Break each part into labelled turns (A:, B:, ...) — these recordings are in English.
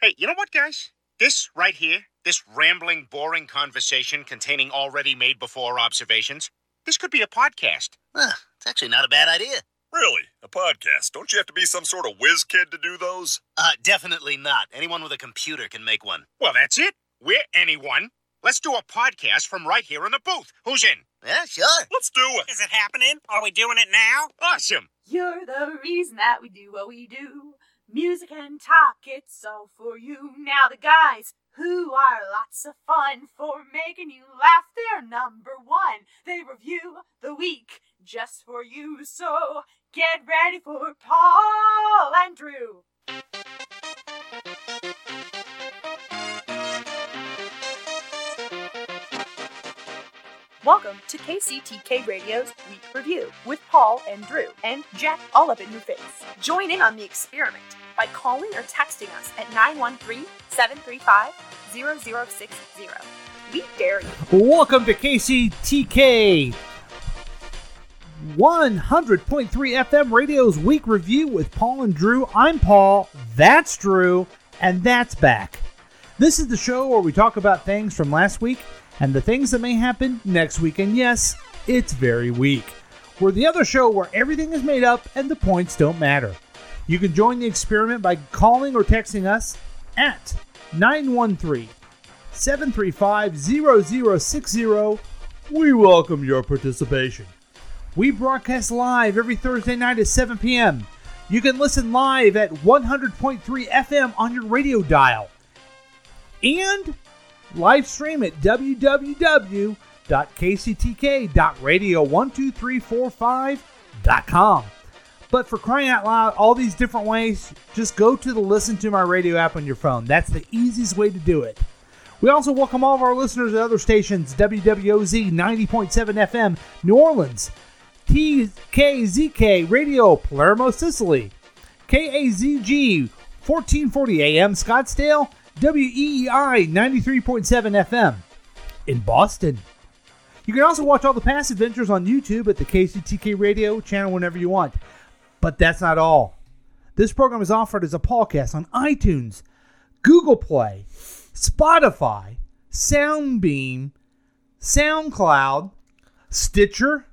A: Hey, you know what, guys? This right here, this rambling, boring conversation containing already made before observations, this could be a podcast.
B: Huh, it's actually not a bad idea.
C: Really? A podcast? Don't you have to be some sort of whiz kid to do those?
B: Uh, definitely not. Anyone with a computer can make one.
A: Well, that's it. We're anyone. Let's do a podcast from right here in the booth. Who's in?
B: Yeah, sure.
C: Let's do it.
D: Is it happening? Are we doing it now?
A: Awesome.
E: You're the reason that we do what we do. Music and talk, it's all for you. Now, the guys who are lots of fun for making you laugh, they're number one. They review the week just for you. So get ready for Paul and Drew. Welcome to KCTK Radio's Week Review with Paul and Drew and Jack all up in your face. Join in on the experiment by calling or texting us at 913 735 0060. We dare you.
F: Welcome to KCTK 100.3 FM Radio's Week Review with Paul and Drew. I'm Paul, that's Drew, and that's back. This is the show where we talk about things from last week and the things that may happen next week. And yes, it's very weak. We're the other show where everything is made up and the points don't matter. You can join the experiment by calling or texting us at 913 735 0060. We welcome your participation. We broadcast live every Thursday night at 7 p.m. You can listen live at 100.3 FM on your radio dial. And live stream at www.kctk.radio12345.com. But for crying out loud, all these different ways, just go to the Listen to My Radio app on your phone. That's the easiest way to do it. We also welcome all of our listeners at other stations WWOZ 90.7 FM, New Orleans, TKZK Radio, Palermo, Sicily, KAZG 1440 AM, Scottsdale, E WEEI 93.7 FM in Boston. You can also watch all the past adventures on YouTube at the KCTK Radio channel whenever you want. But that's not all. This program is offered as a podcast on iTunes, Google Play, Spotify, Soundbeam, SoundCloud, Stitcher,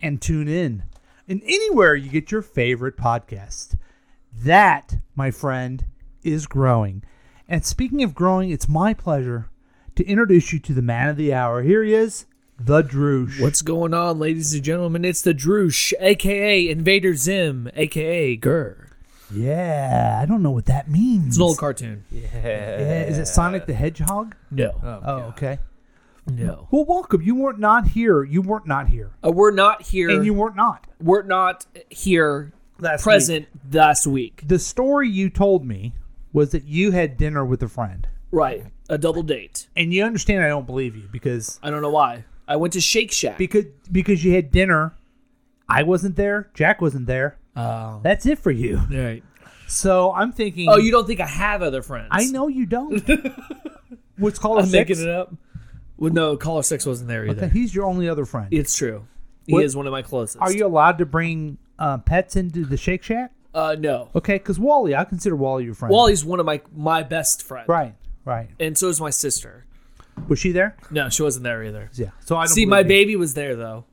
F: and TuneIn. And anywhere you get your favorite podcast. That, my friend, is growing. And speaking of growing, it's my pleasure to introduce you to the man of the hour. Here he is, the Droosh.
G: What's going on, ladies and gentlemen? It's the Droosh, aka Invader Zim, aka Gurr.
F: Yeah, I don't know what that means.
G: It's an old cartoon.
F: Yeah, Eh, is it Sonic the Hedgehog?
G: No,
F: Oh, okay.
G: no.
F: Well, welcome. You weren't not here. You weren't not here,
G: Uh, we're not here.
F: and you weren't not
G: we're not here
F: Last
G: present last week.
F: week. The story you told me was that you had dinner with a friend,
G: Right. A double date.
F: and you understand I don't believe you because
G: I don't know why. I went to Shake Shack.
F: because because you had dinner. I wasn't there. Jack wasn't there.
G: oh.
F: That's it for you.
G: Right.
F: So I'm thinking.
G: Oh, you don't think I have other friends?
F: I know you don't. What's called
G: I'm
F: a six?
G: making it up. Well, no, caller six wasn't there either.
F: Okay, he's your only other friend.
G: It's true. He
F: What-
G: is one of my closest.
F: Are you allowed to bring uh, pets into the Shake Shack?
G: Uh, no.
F: Okay, because Wally, I consider Wally your friend.
G: Wally's one of my my best friends.
F: right, right.
G: And so is my sister.
F: Was she there?
G: No, she wasn't there either.
F: Yeah. So I don't
G: See,
F: believe
G: my
F: you.
G: baby was there though.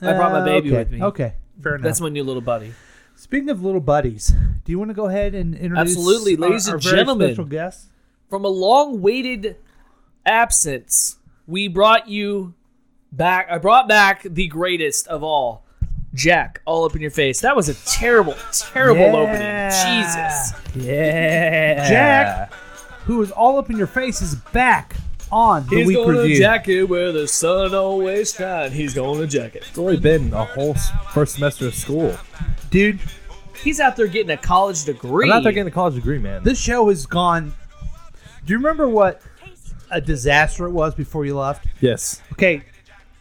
G: I brought my
F: Uh,
G: baby
F: okay,
G: with me.
F: Okay, fair enough.
G: That's my new little buddy.
F: Speaking of little buddies, do you want to go ahead and introduce
G: Absolutely,
F: our-
G: ladies
F: our,
G: and
F: very
G: gentlemen.
F: special guest?
G: From a long-waited absence, we brought you back. I brought back the greatest of all, Jack. All up in your face. That was a terrible, terrible
F: Yeah.
G: opening. Jesus.
F: Yeah, Jack, who is all up in your face, is back on the
G: He's
F: week
G: gonna
F: review.
G: jack it where the sun always shines. He's gonna jack it.
H: It's only been a whole s- first semester of school.
F: Dude,
G: He's out there getting a college degree.
H: I'm not there getting a college degree, man.
F: this show has gone. Do you remember what a disaster it was before you left?
H: yes.
F: Okay,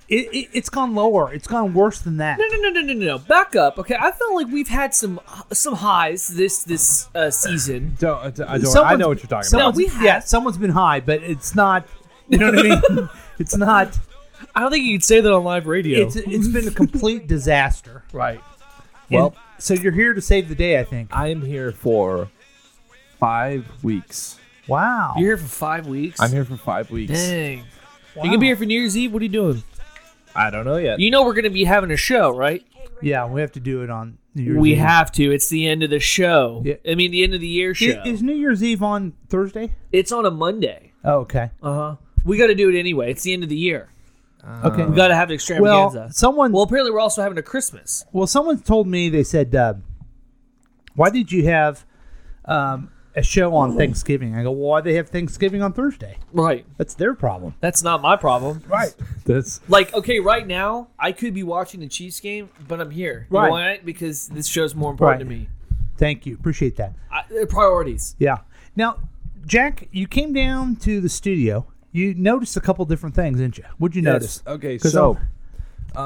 F: it, it, it's gone lower. It's gone worse than that.
G: No, no, no, no, no, no, no. Back up. Okay, I felt like we've had some some highs this this uh, season.
H: Don't, I, don't, I
F: Someone's-
H: know what you're talking
G: No,
H: about.
F: someone's-
G: we have-
F: yeah, someone's been high, but it's not. You know what I mean? it's not.
G: I don't think you could say that on live radio.
F: It's it's been a complete disaster.
G: right.
F: And
H: Well-
F: so you're here to save the day, I think.
H: I am here for five weeks.
F: Wow.
G: You're here for five weeks.
H: I'm here for five weeks.
G: Dang.
F: Wow.
G: You gonna be here for New Year's Eve? What are you doing?
H: I don't know yet.
G: You know we're gonna be having a show, right?
F: Yeah, we have to do it on New Year's
G: we
F: Eve.
G: have to. It's the end of the show.
F: Yeah.
G: I mean, the end of the year show.
F: I- Is New Year's Eve on Thursday?
G: it's on a Monday.
F: Oh, okay.
G: Uh huh. We got to do it anyway. It's the end of the year.
F: Okay.
G: We got to have an extravaganza.
F: well, someone
G: well,
F: well,
G: apparently we're also having a Christmas.
F: someone told me they said, uh, "Why did you have um, a show on Thanksgiving?" I go, "Well, why they have Thanksgiving on Thursday?
G: Right.
F: That's their problem."
G: That's not my problem.
F: Right.
H: That's
G: Like, okay, right now I could be watching the Chiefs game, but I'm here. You know
F: Right.
G: why? Because this show's more important
F: Right.
G: to me.
F: Thank you. Appreciate that.
G: I, uh, priorities.
F: Yeah. Now, Jack, you came down to the studio. You noticed a couple different things, didn't you? What'd you notice?
H: Okay,
F: 'Cause
H: so
F: I'm-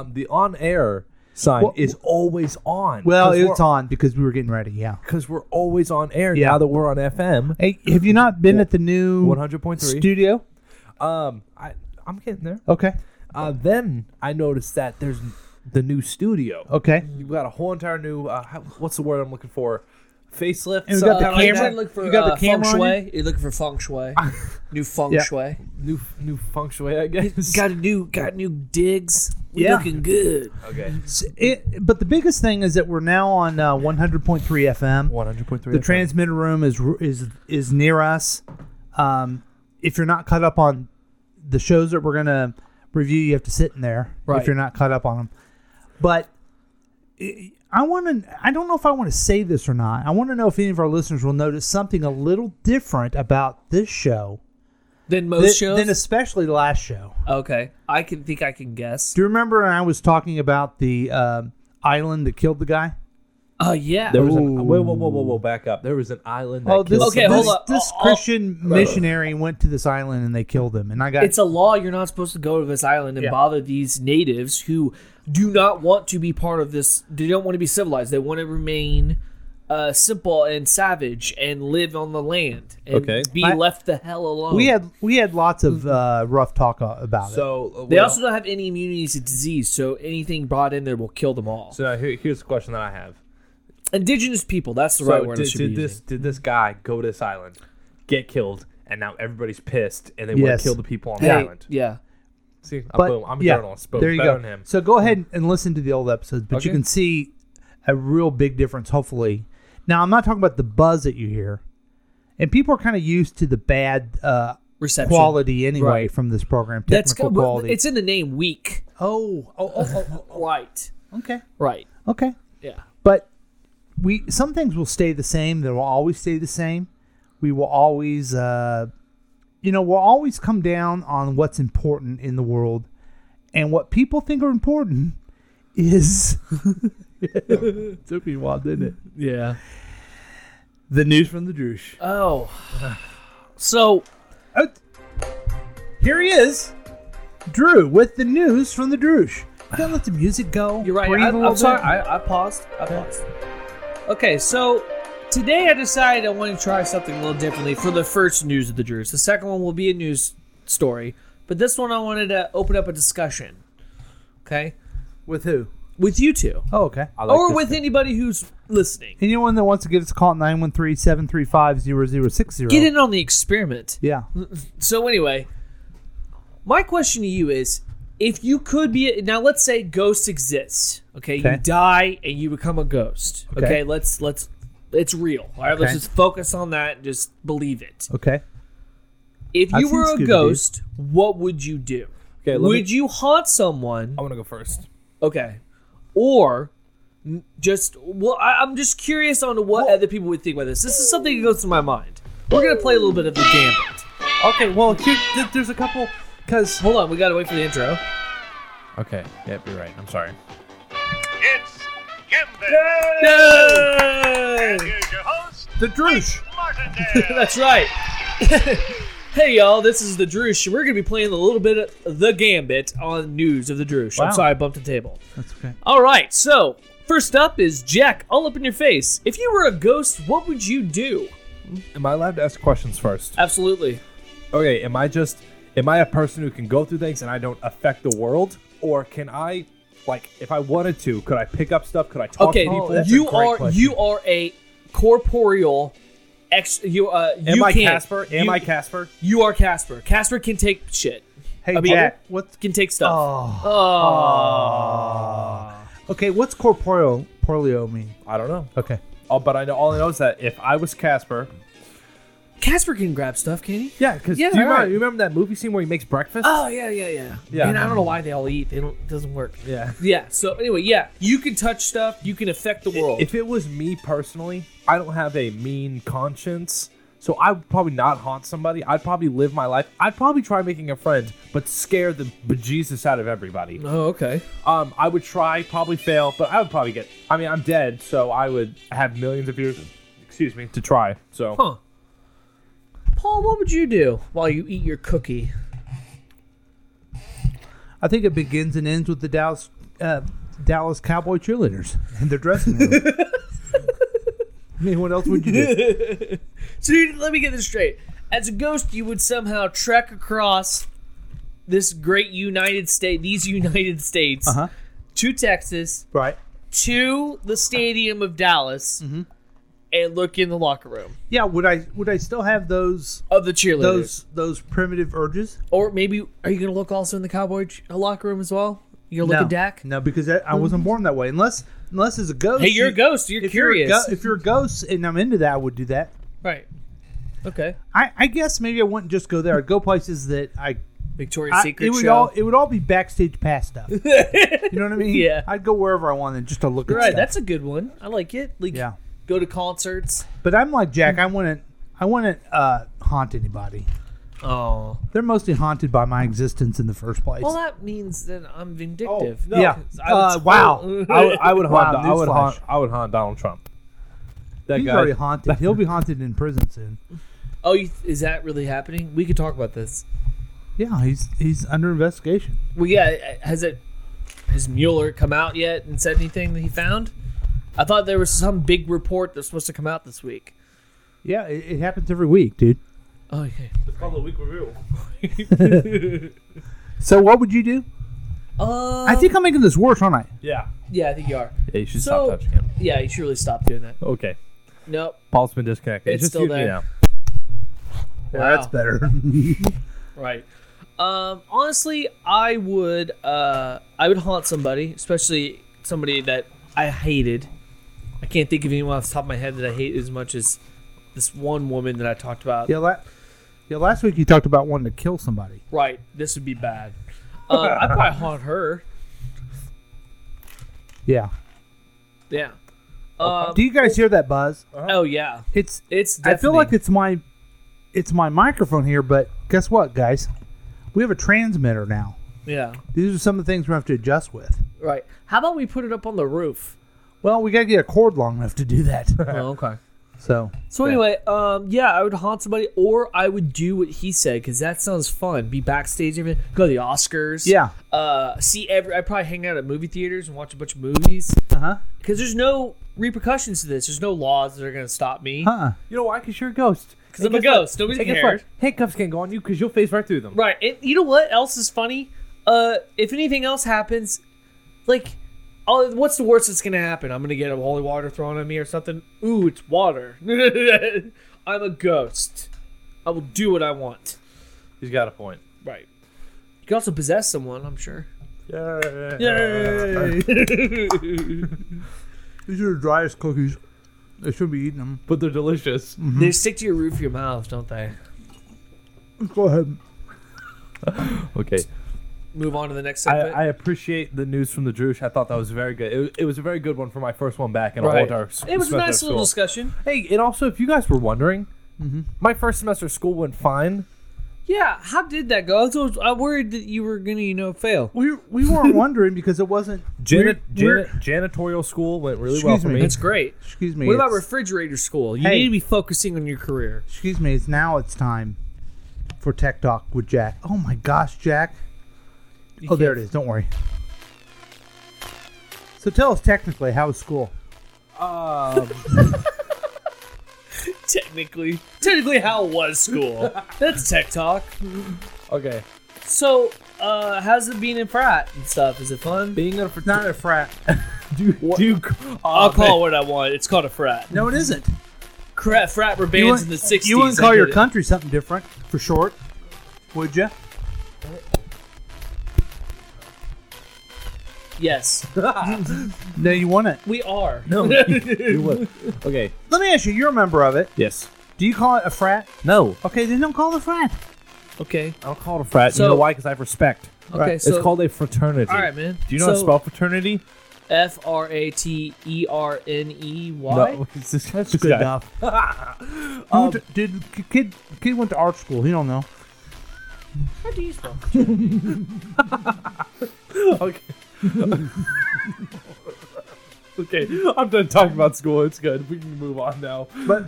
H: um, the on air sign
F: Well-
H: is always on.
F: well, it's on because we were getting ready. Yeah.
H: because we're always on air
F: Yeah.
H: now that we're on FM.
F: Hey, have you not been at the new
H: 100.3.
F: studio?
H: Um, I I'm getting there.
F: Okay.
H: Uh, then I noticed that there's the new studio.
F: Okay.
H: You've got a whole entire new uh, how- what's the word I'm looking for? Facelift.
F: And we've got the
H: something like
F: camera.
H: that.
G: You uh, look for,
F: You got the
G: uh,
F: camera
G: feng
F: on
G: shui. You're looking for feng shui. New feng
F: Yeah.
G: shui.
H: new new feng shui, I guess.
G: Got a new got new digs. We
F: Yeah.
G: looking good.
H: okay.
F: S- It, but the biggest thing is that we're now on uh, 100.3 FM.
H: 100.3.
F: The
H: FM.
F: transmitter room is is is near us. Um, if you're not caught up on the shows that we're gonna review, you have to sit in there.
G: Right.
F: If you're not caught up on them, but I- I want to. I don't know if I want to say this or not. I want to know if any of our listeners will notice something a little different about this show
G: Then most
F: than,
G: shows.
F: than especially the last show.
G: okay, I can think I can guess.
F: Do you remember when I was talking about the um island that killed the guy?
G: Oh yeah.
H: There was an,
F: Ooh.
H: whoa, whoa, whoa, whoa, whoa, back up. There was an island. That
F: Oh, this,
H: killed
G: Okay,
F: this,
G: hold
H: somebody.
G: up.
F: This
G: I'll- I'll-
F: Christian missionary went to this island and they killed him. And I got
G: it's a law you're not supposed to go to this island and
F: Yeah.
G: bother these natives who do not want to be part of this they don't want to be civilized they want to remain uh, simple and savage and live on the land and
H: Okay.
G: be
F: I-
G: left the hell alone
F: we had we had lots of
G: Mm-hmm.
F: uh, rough talk uh, about it.
H: So uh,
G: they
H: well,
G: also don't have any immunity to disease so anything brought in there will kill them all
H: So now here, here's the question that I have.
G: indigenous people that's the
H: So
G: right word I
H: did,
G: should
H: did
G: be
H: this
G: using.
H: did this guy go to this island, get killed, and now everybody's pissed and they want
F: Yes.
H: to kill the people on
G: Hey,
H: the island?
G: yeah
H: See, I'm,
F: But
H: boom, I'm a
F: yeah,
H: journalist. Boom,
F: there you
H: better
F: go.
H: on him.
F: So go
G: Mm-hmm.
F: ahead and listen to the old episodes, but you
H: Okay.
F: can see a real big difference. Hopefully, now I'm not talking about the buzz that you hear, and people are kind of used to the bad uh,
G: reception
F: quality anyway
G: Right.
F: from this program. Technical
G: that's good well,
F: quality.
G: it's in the name weak
F: oh, oh, oh, oh,
G: right
F: oh, okay,
G: right
F: okay.
G: yeah
F: but we some things will stay the same they will always stay the same we will always uh, you know we'll always come down on what's important in the world and what people think are important is it took me a while didn't it
G: yeah
F: the news from the douche
G: oh so
F: oh, here he is drew with the news from the douche you gotta let the music go
G: You're right.
F: breathe a
G: I,
F: little
G: I'm sorry.
F: bit.
G: I, I paused. I paused. Okay, so today I decided I want to try something a little differently for the first news of the Druze. The second one will be a news story, but this one I wanted to open up a discussion. Okay,
F: with who
G: with you two,
F: oh okay
H: I like
G: or
H: this
G: with
H: guy.
G: anybody who's listening.
F: anyone that wants to give us a call at 913-735-0060
G: Get in on the experiment.
F: yeah
G: So anyway, my question to you is: If you could be now, let's say ghosts exist. Okay,
F: Okay.
G: you die and you become a ghost.
F: Okay.
G: Okay, let's let's it's real. All right, let's
F: Okay.
G: just focus on that. And just believe it.
F: okay
G: If
F: I've
G: you
F: seen
G: were a
F: Scooby-Doo.
G: ghost, what would you do?
H: Okay, let me-
G: would you haunt someone?
H: I want to go first.
G: Okay, or n- just well, I, I'm just curious on what other people would think about this. This is something that goes through my mind. We're gonna play a little bit of the gambit.
H: Okay, well, here, th- there's a couple because.
G: Hold on, we gotta wait for the intro.
H: Okay, yeah, you're right. I'm sorry.
C: It's Gambit.
G: Yay!
C: Here's your host,
F: The Droosh.
C: Martindale.
G: That's right. hey y'all, this is the Droosh. We're gonna be playing a little bit of the Gambit on News of the Droosh.
F: Wow.
G: I'm sorry, I bumped the table.
F: That's okay.
G: All right, so first up is Jack. All up in your face. If you were a ghost, what would you do?
H: Am I allowed to ask questions first?
G: Absolutely.
H: Okay, am I just am I a person who can go through things and I don't affect the world, or can I, like, if I wanted to, could I pick up stuff? Could I talk
G: Okay,
H: to people? That's a
G: you
H: great
G: are
H: question.
G: you are a corporeal ex. You uh. You
H: Am I
G: can't.
H: Casper? Am
G: You-
H: I Casper?
G: You are Casper. Casper can take shit.
F: Hey,
G: I mean-
F: Jack, what's
G: Can take stuff.
F: oh,
G: Oh.
F: okay? What's corporeal portfolio mean?
H: I don't know.
F: Okay,
H: Oh, but I know all I know is that if I was Casper,
G: Casper can grab stuff, can he?
H: yeah, because
G: Yeah,
H: do you,
G: alright.
H: remember, you remember that movie scene where he makes breakfast?
G: Oh yeah, yeah, yeah.
H: Yeah.
G: And I don't know why they all eat. They don't. It doesn't work.
H: yeah.
G: Yeah. So anyway, yeah, you can touch stuff. You can affect the world.
H: If it was me personally, I don't have a mean conscience, so I would probably not haunt somebody. I'd probably live my life. I'd probably try making a friend, but scare the bejesus out of everybody.
G: oh, okay.
H: Um, I would try, probably fail, but I would probably get. I mean, I'm dead, so I would have millions of years. Excuse me to try. So
G: Huh. Paul, what would you do while you eat your cookie?
F: I think it begins and ends with the Dallas uh, Dallas Cowboy cheerleaders and their dressing room. I mean, what else would you do?
G: So you- let me get this straight. As a ghost, you would somehow trek across this great United State, these United States,
F: Uh-huh.
G: to Texas,
F: Right.
G: to the stadium of Dallas,
H: Mm-hmm.
G: and look in the locker room
F: Yeah. Would I? Would I still have those?
G: of the cheerleaders.
F: Those those primitive urges?
G: Or maybe are you going to look also in the Cowboy ch- locker room as well? You're going to
F: no.
G: look at Dak.
F: No, because I, I wasn't born that way. Unless unless as a ghost.
G: Hey, you're a ghost. You're
F: If
G: curious,
F: You're a go- if you're a ghost and I'm into that, I would do that.
G: right? Okay.
F: I, I guess maybe I wouldn't just go there. I'd go places that I,
G: Victoria's
F: I
G: Secret
F: it would
G: show.
F: all it would all be backstage pass stuff. You know what I mean?
G: Yeah.
F: I'd go wherever I wanted just to look at
G: right.
F: stuff.
G: That's a good one. I like it. Like,
F: yeah.
G: go to concerts.
F: But I'm like Jack. I wouldn't I wouldn't uh, haunt anybody.
G: Oh.
F: They're mostly haunted by my existence in the first place.
G: Well, that means then I'm vindictive.
H: Oh, no.
F: yeah.
G: I would
F: Uh,
G: totally-
F: wow.
H: I would, I would haunt.
F: Wow,
H: I would
F: newsflash.
H: haunt. I would haunt Donald Trump. That
F: He's
H: guy.
F: already haunted. He'll be haunted in prison soon.
G: Oh, you, is that really happening? We could talk about this.
F: Yeah, he's he's under investigation.
G: Well, yeah. uh, Has it? Has Mueller come out yet and said anything that he found? I thought there was some big report that's supposed to come out this week.
F: Yeah, it, it happens every week, dude.
G: Oh, okay.
F: So what would you do?
G: Uh,
F: I think I'm making this worse, aren't I?
H: yeah.
G: Yeah, I think you are.
H: Yeah, you should
G: So-
H: stop touching him.
G: Yeah, you should really stop doing that.
H: Okay.
G: Nope.
H: Paul's been disconnected.
G: It's
H: just
G: still
H: you- you
G: there.
H: know.
G: Wow.
F: That's better.
G: Right. Um, honestly, I would uh, I would haunt somebody, especially somebody that I hated. I can't think of anyone off the top of my head that I hate as much as this one woman that I talked about.
F: yeah, la- yeah, last week you talked about wanting to kill somebody.
G: Right. This would be bad. Uh, I'd probably haunt her.
F: Yeah.
G: Yeah. Um,
F: Do you guys hear that buzz?
G: oh yeah.
F: It's
G: It's.
F: Uh-huh. I feel
G: deafening.
F: like it's my it's my microphone here, but guess what, guys? We have a transmitter now.
G: Yeah.
F: These are some of the things we have to adjust with.
G: Right. How about we put it up on the roof?
F: Well, we gotta get a cord long enough to do that.
G: Oh, okay.
F: so
G: So anyway, um, yeah, I would haunt somebody, or I would do what he said because that sounds fun. Be backstage, everything. Go to the Oscars.
F: yeah.
G: Uh, see every. I probably hang out at movie theaters and watch a bunch of movies
F: Uh
H: Uh-huh.
F: huh.
G: because there's no repercussions to this. There's no laws that are gonna stop me
F: Huh.
H: You know why? Because you're a ghost.
G: because I'm a ghost. Nobody
H: Hey, guess
G: cares.
H: what? Handcuffs can't go on you because you'll phase right through them.
G: Right. And you know what else is funny? Uh, if anything else happens, like, oh, what's the worst that's gonna happen? I'm gonna get a holy water thrown at me or something. Ooh, it's water. I'm a ghost. I will do what I want.
H: He's got a point.
G: Right. You can also possess someone, I'm sure.
H: Yeah. Mhm.
F: These are the driest cookies. I should be eating them.
H: But they're delicious.
G: they stick to your roof of your mouth, don't they?
F: Go ahead.
H: Okay.
G: Move on to the next
H: I,
G: segment.
H: I appreciate the news from the Drush. I thought that was very good. It, was- it was a very good one for my first one back in all
G: Right.
H: of our s-
G: it was a
H: semester
G: nice
H: of
G: little
H: school.
G: discussion.
H: Hey, and also, if you guys were wondering, my first semester of school went fine.
G: Yeah, how did that go? I was, always- I worried that you were gonna, you know, fail.
F: We we weren't wondering because it wasn't.
H: Jani-
F: we're-
H: jani- janitorial school went really well
F: Excuse
H: for
F: me.
H: me.
G: That's great.
F: Excuse me.
G: What about
F: it's-
G: refrigerator school? You
F: Hey.
G: need to be focusing on your career.
F: Excuse me, it's now it's time for Tech Talk with Jack. Oh my gosh, Jack. oh, there it is. Don't worry. So tell us technically, how was school?
G: Technically, technically, how was school? That's tech talk.
H: Okay.
G: So, uh, how's it being in frat and stuff? Is it fun?
H: Being in a frat.
F: Not a frat.
H: Duke.
G: I'll call it what I want. It's called a frat.
F: No, it isn't.
G: crap frat were bands
F: you wouldn't-
G: in the 60s.
F: You wouldn't
G: I
F: call your
G: get it.
F: country something different for short, would you?
G: Yes.
F: No, you wouldn't.
G: We are.
H: No, you would. Okay.
F: Let me ask you. You're a member of it.
H: Yes.
F: Do you call it a frat?
H: No.
F: Okay, then don't call it a frat.
G: Okay.
H: I don't call it a frat.
G: So-
H: you know why? Because I have respect.
G: Okay,
H: Right.
G: so-
H: it's called a fraternity.
G: All right, man.
H: Do you know
G: so,
H: how to spell fraternity?
G: F R A T E R N E Y?
H: No. It's this,
F: Oh. That's
H: this
F: good Um,
H: guy.
F: enough. Who went to- did k- kid kid went to art school? He don't know.
G: How do you spell?
H: Okay. okay. I'm done talking about school. It's good. We can move on now.
F: But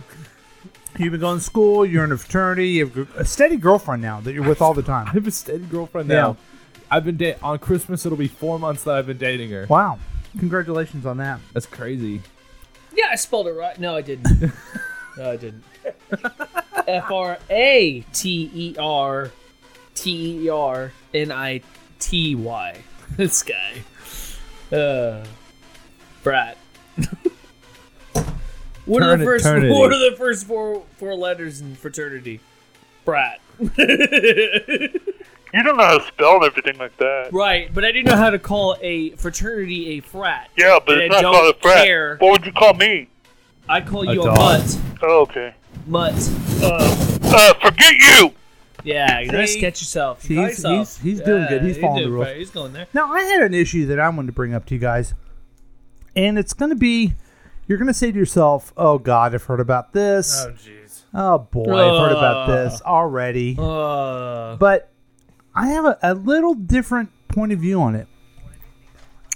F: you've been going to school. You're in a fraternity. You have a steady girlfriend now that you're with all the
H: I
F: time.
H: have a steady girlfriend
F: Yeah.
H: now. I've been da- on Christmas. It'll be four months that I've been dating her.
F: Wow. Congratulations on that.
H: That's crazy.
G: Yeah, I spelled it right. No, I didn't. no, I didn't. F R A T E R T E R N I T Y. This guy. Uh, brat. what are the
H: Turn-
G: first
H: eternity.
G: what are the first four four letters in fraternity? Brat.
I: You don't know how to spell and everything like that.
G: right, but I didn't know how to call a fraternity a frat.
I: Yeah, but
G: And
I: it's
G: I
I: not
G: don't
I: called a frat.
G: care.
I: What would you call me?
G: I call you a,
H: dog.
G: mutt.
I: Oh, okay.
G: Mutt.
I: Uh, forget you!
G: Yeah, nice
F: See?
G: catch yourself.
F: See,
G: You got
F: he's-
G: yourself.
F: he's- he's doing good. He's
G: you're
F: following the
G: doing
F: rules.
G: great. He's going there.
F: Now, I had an issue that I wanted to bring up to you guys, and it's going to be you're going to say to yourself, Oh, God, I've heard about this.
H: jeez.
F: Oh, boy, I've heard about this already.
G: Uh,
F: But I have a, a little different point of view on it.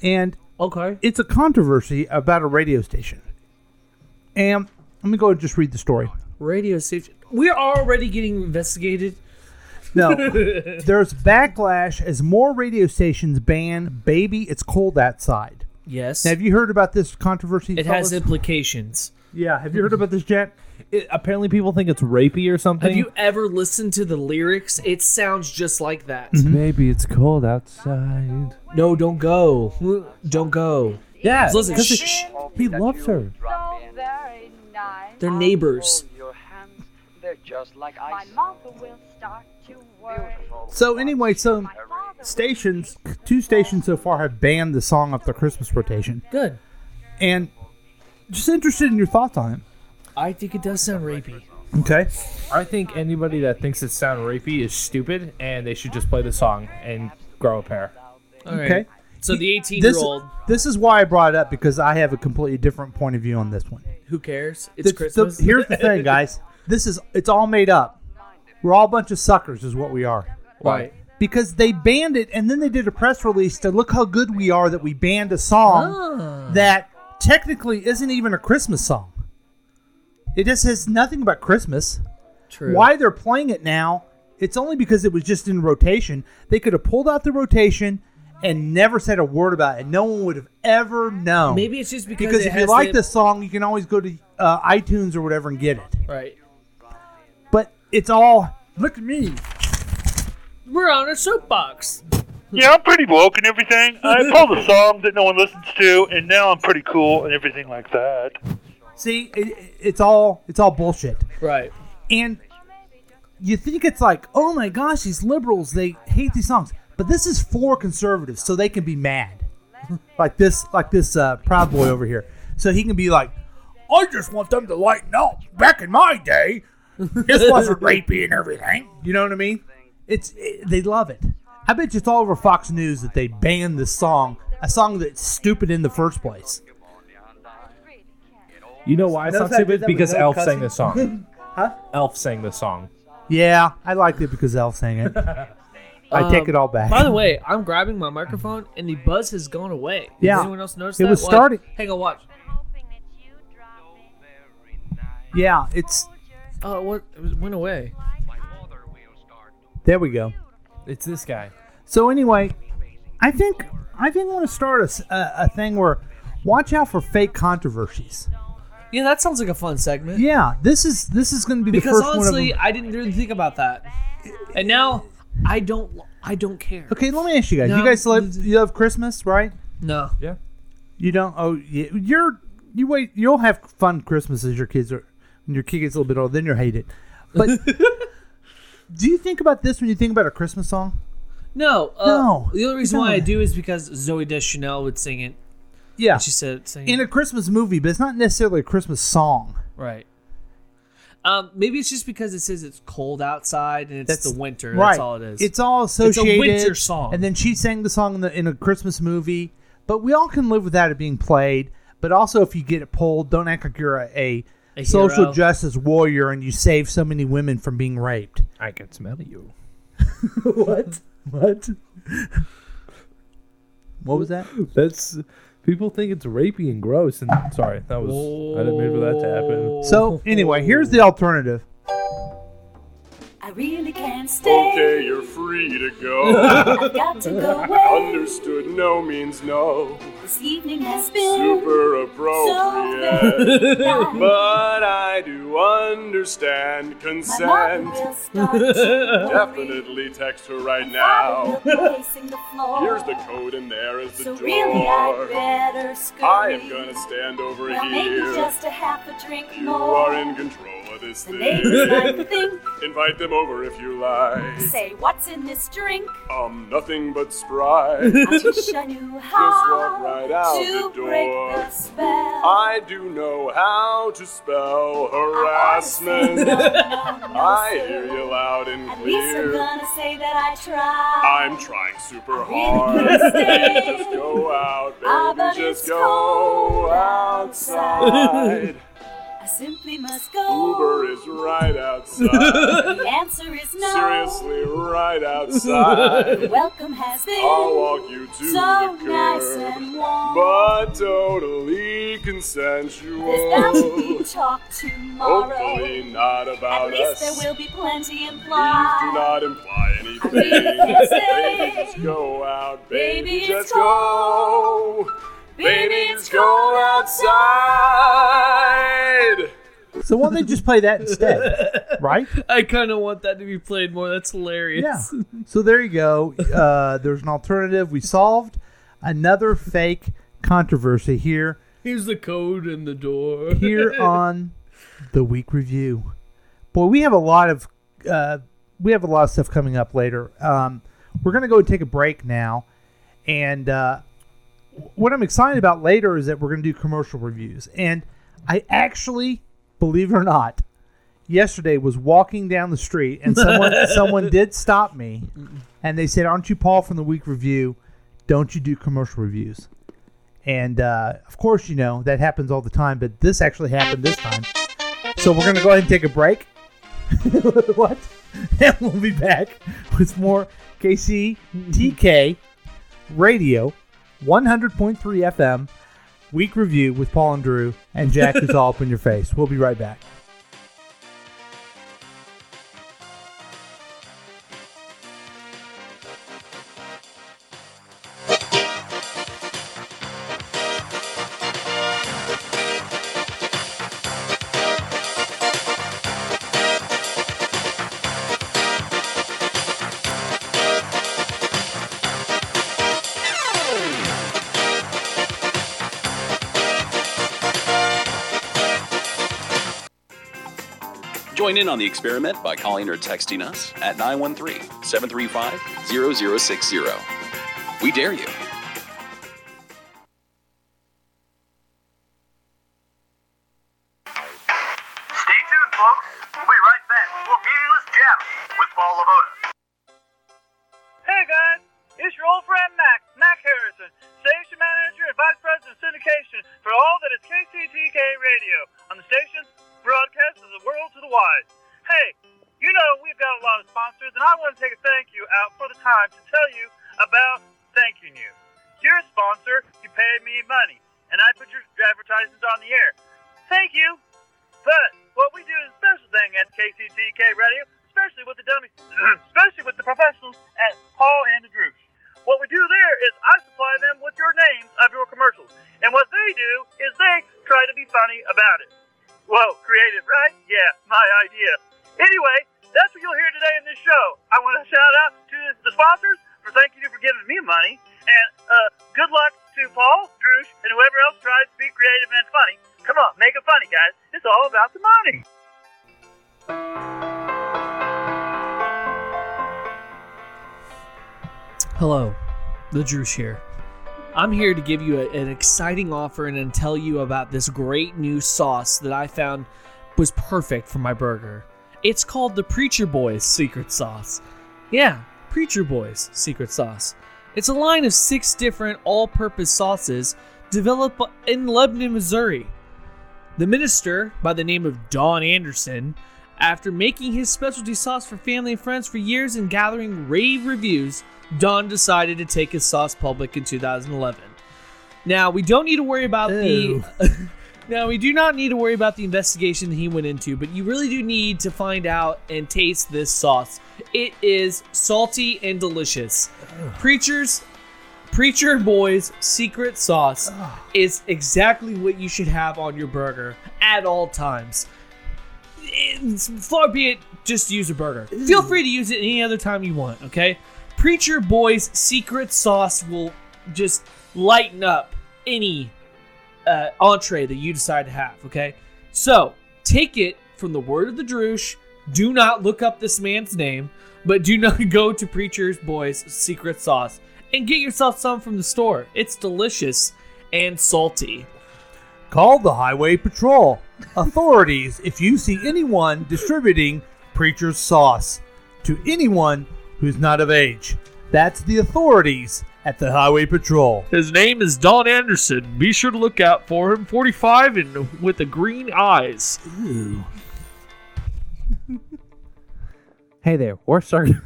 F: And
G: okay.
F: it's a controversy about a radio station. And let me go and just read the story.
G: Radio station. We're already getting investigated.
F: No, there's backlash as more radio stations ban Baby, It's Cold Outside.
G: Yes.
F: Now, have you heard about this controversy?
G: it has
F: fellas?
G: implications.
H: Yeah. Have you heard about this, Jack? It, apparently, people think it's rapey or something.
G: Have you ever listened to the lyrics? It sounds just like that.
H: Maybe it's cold outside.
F: Mm-hmm.
G: No, don't go. Don't go.
H: Yeah.
G: Listen,
H: because
G: shh.
H: it- he loves her.
J: So very nice.
G: They're neighbors.
K: Your hands, they're just like
J: My
K: ice.
J: mother will start to worry.
F: So anyway, so
J: My father
F: stations, two stations so far have banned the song off their Christmas rotation,
G: Good.
F: and just interested in your thoughts on
G: I think it does sound rapey.
F: it. Okay.
H: I think anybody that thinks it sound rapey is stupid, and they should just play the song and grow a pair.
G: All right.
F: Okay.
G: So the 18 year
F: This
G: old,
F: this is why I brought it up because I have a completely different point of view on this one.
G: who cares? It's
F: The- the-
G: Christmas.
F: here's the thing, guys. This is it's all made up. We're all a bunch of suckers, is what we are.
G: right.
F: Because they banned it and then they did a press release to look how good we are that we banned a song
G: Ah.
F: that technically isn't even a Christmas song. It just has nothing about Christmas.
G: True.
F: Why they're playing it now, it's only because it was just in rotation. They could have pulled out the rotation and never said a word about it. No one would have ever known.
G: Maybe it's just because,
F: because
G: it
F: if you
G: has
F: like
G: the-
F: this song, you can always go to uh, iTunes or whatever and get it.
G: Right.
F: But it's all look at me.
G: We're on a soapbox.
I: Yeah, I'm pretty woke and everything. I pulled a song that no one listens to, and now I'm pretty cool and everything like that.
F: See, it, it's all it's all bullshit.
G: Right.
F: And you think it's like, oh my gosh, these liberals they hate these songs, but this is for conservatives, so they can be mad, like this, like this uh, Proud Boy over here. So he can be like, I just want them to lighten up. Back in my day, this wasn't rapey and everything. You know what I mean? It's it, they love it. I bet you it's all over Fox News that they banned this song, a song that's stupid in the first place.
H: You know why it's
F: That's
H: not
F: how I did
H: stupid?
F: that with
H: Because
F: no
H: Elf
F: cussing.
H: sang the song. huh? Elf sang the song.
F: Yeah, I liked it because Elf sang it. I take
G: Um,
F: it all back.
G: By the way, I'm grabbing my microphone and the buzz has gone away. Did
F: Yeah.
G: anyone else notice
F: It
G: that?
F: was
G: Watch.
F: starting-
G: Hang on, watch.
F: yeah, it's
G: Oh, what? It was- went away.
F: there we go.
H: It's this guy.
F: So anyway, I think I think I'm gonna start a, s- a- a thing where watch out for fake controversies.
G: Yeah, that sounds like a fun segment.
F: Yeah, this is this is gonna be the
G: because
F: first
G: honestly,
F: one.
G: I didn't really think about that, and now I don't. I don't care.
F: Of them. Okay, let me ask you guys.
G: No.
F: you guys love you love Christmas, right?
G: No.
F: You don't. Oh, you- you're you wait. You'll have fun Christmases your kids are and your kid gets a little bit older, then you'll hate it. But do you think about this when you think about a Christmas song?
G: No, uh,
F: No,
G: The only reason
F: no.
G: why I do is because Zoe Deschanel would sing it.
F: Yeah,
G: She said, sing
F: in
G: it.
F: a Christmas movie, but it's not necessarily a Christmas song.
G: right. Um, maybe it's just because it says it's cold outside and it's the winter. That's all it is.
F: It's all
G: It's a
F: associated.
G: winter song.
F: And then she sang the song in, the, in a Christmas movie. But we all can live without it being played. But also, if you get it pulled, don't act like you're a,
G: A
F: social
G: hero.
F: justice warrior and you save so many women from being raped.
H: I can smell you.
F: what? What? What was that?
H: That's people think it's rapey and gross. And sorry, that was I didn't mean for that to happen.
F: So anyway, here's the alternative.
L: I really can't stay.
M: Okay, you're free to go.
L: I've got to go away.
M: Understood, no means no.
L: This evening has been
M: Super appropriate.
L: So nice.
M: but I do understand consent. Definitely text her right now.
L: Facing the floor.
M: Here's the code, and there is the
L: so
M: door.
L: really, I'd better scurry.
M: I am gonna stand over
L: well, maybe
M: here.
L: just a half a drink
M: You
L: more.
M: are in control of this
L: The ladies like
M: thing.
L: the thing.
M: Invite them over if you like.
L: Say, what's in this drink?
M: Um, nothing but Sprite.
L: I'll
M: Just
L: teach you new
M: walk
L: how
M: right out
L: to
M: the
L: break
M: door.
L: the spell.
M: I do know how to spell harassment. I hear you loud and
L: At least I'm
M: clear.
L: gonna say that I tried.
M: I'm trying super hard.
L: really can't
M: Baby,
L: stay.
M: just go out,
L: Ah, but
M: baby, just
L: it's
M: go
L: cold
M: outside.
L: I simply must go.
M: Uber is right outside.
L: The answer is no.
M: Seriously, right outside.
L: Welcome has been
M: I'll walk you to
L: so
M: the curb.
L: nice and warm.
M: but totally consensual.
L: There's bound to be talk tomorrow.
M: Hopefully not
L: At
M: about
L: least
M: us.
L: there will be plenty
M: Please do
L: implied.
M: not imply anything.
L: can't say.
M: Baby, just go out, baby,
L: Baby, it's
M: just go. Baby, just go outside.
F: So why don't they just play that instead? Right?
G: I kind of want that to be played more. That's hilarious.
F: Yeah. So there you go. Uh, there's an alternative. We solved another fake controversy here
G: Here's the code in the door.
F: here on the week review. Boy, we have a lot of uh, we have a lot of stuff coming up later. Um, we're gonna go take a break now, and uh, what I'm excited about later is that we're gonna do commercial reviews. And I actually, believe it or not, yesterday was walking down the street and someone someone did stop me, and they said, "Aren't you Paul from the week review? Don't you do commercial reviews?" And uh, of course, you know, that happens all the time, but this actually happened this time. So we're going to go ahead and take a break. what? And we'll be back with more KCTK Radio 100.3 FM Week Review with Paul and Drew and Jack is all up in your face. We'll be right back.
N: Join in on the experiment by calling or texting us at 913 735 0060. We dare you.
O: Stay tuned, folks. We'll be right back for Meaningless Jabs with Paul Lavoda.
P: Hey guys, it's your old friend Mac, Mac Harrison, station manager and vice president of syndication for all that is KCTK Radio on the station broadcast of the world to the wide. Hey, you know we've got a lot of sponsors, and I want to take a thank you out for the time to tell you about thanking you. You're a sponsor, you paid me money, and I put your advertisements on the air. Thank you. But what we do is a special thing at KCTK Radio, especially with the dummies, especially with the professionals at Paul and the Drew. What we do there is I supply them with your names of your commercials, and what they do is they try to be funny about it. Whoa, creative, right? Yeah, my idea. Anyway, that's what you'll hear today in this show. I want to shout out to the sponsors for thanking you for giving me money, and uh, good luck to Paul, Droosh, and whoever else tries to be creative and funny. Come on, make it funny, guys. It's all about the money.
G: Hello, the Druce here. I'm here to give you a- an exciting offer and then tell you about this great new sauce that I found was perfect for my burger. It's called the Preacher Boys Secret Sauce. Yeah, Preacher Boys Secret Sauce. It's a line of six different all purpose sauces developed in Lebanon, Missouri. The minister, by the name of Don Anderson, after making his specialty sauce for family and friends for years and gathering rave reviews, Don decided to take his sauce public in 2011. Now, we don't need to worry about
F: Ew.
G: the. now, we do not need to worry about the investigation that he went into, but you really do need to find out and taste this sauce. It is salty and delicious. Preachers, Preacher Boy's secret sauce is exactly what you should have on your burger at all times. It's far be it, just use a burger. Feel free to use it any other time you want, okay? Preacher Boy's secret sauce will just lighten up any uh, entree that you decide to have, okay? So, take it from the word of the Drush. Do not look up this man's name, but do not go to Preacher's Boy's secret sauce and get yourself some from the store. It's delicious and salty.
F: Call the Highway Patrol authorities if you see anyone distributing preacher's sauce to anyone who's not of age. That's the authorities at the Highway Patrol.
Q: His name is Don Anderson. Be sure to look out for him. 45 and with the green eyes.
F: Ooh.
H: Hey there, we're starting.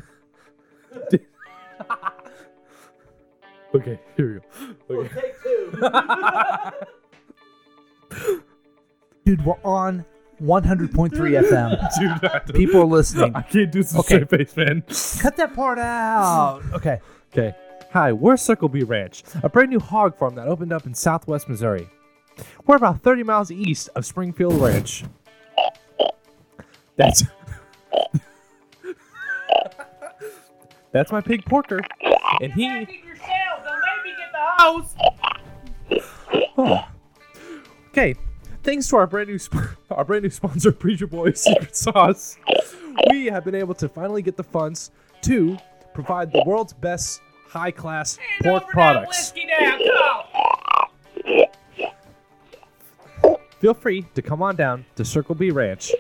H: okay, here we go. Okay.
F: Dude, we're on 100.3 FM.
H: Dude, I don't-
F: People are listening.
H: I can't do this with
F: Okay.
H: straight face, man.
F: Cut that part out. Okay.
H: Okay. Hi, we're Circle B Ranch, a brand new hog farm that opened up in southwest Missouri. We're about 30 miles east of Springfield Ranch. That's. That's my pig Porker. And he. Oh. Okay, thanks to our brand new sp- our brand new sponsor, Preacher Boys Secret Sauce, we have been able to finally get the funds to provide the world's best high class pork products. Feel free to come on down to Circle B Ranch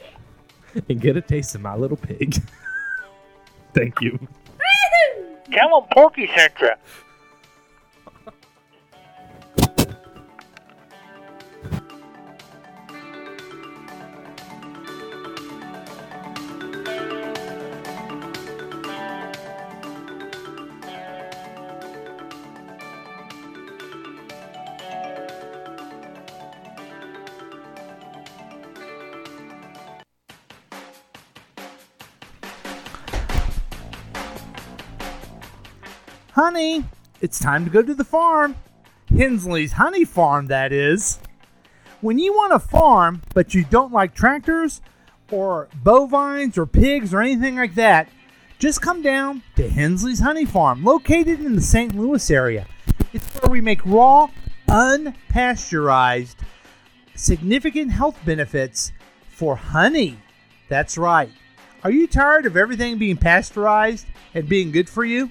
H: and get a taste of my little pig. Thank you.
I: Tell him Porky sent ya.
F: Honey, it's time to go to the farm. Hensley's Honey Farm, that is. When you want a farm, but you don't like tractors or bovines or pigs or anything like that, just come down to Hensley's Honey Farm, located in the St. Louis area. It's where we make raw, unpasteurized, significant health benefits for honey. That's right. Are you tired of everything being pasteurized and being good for you?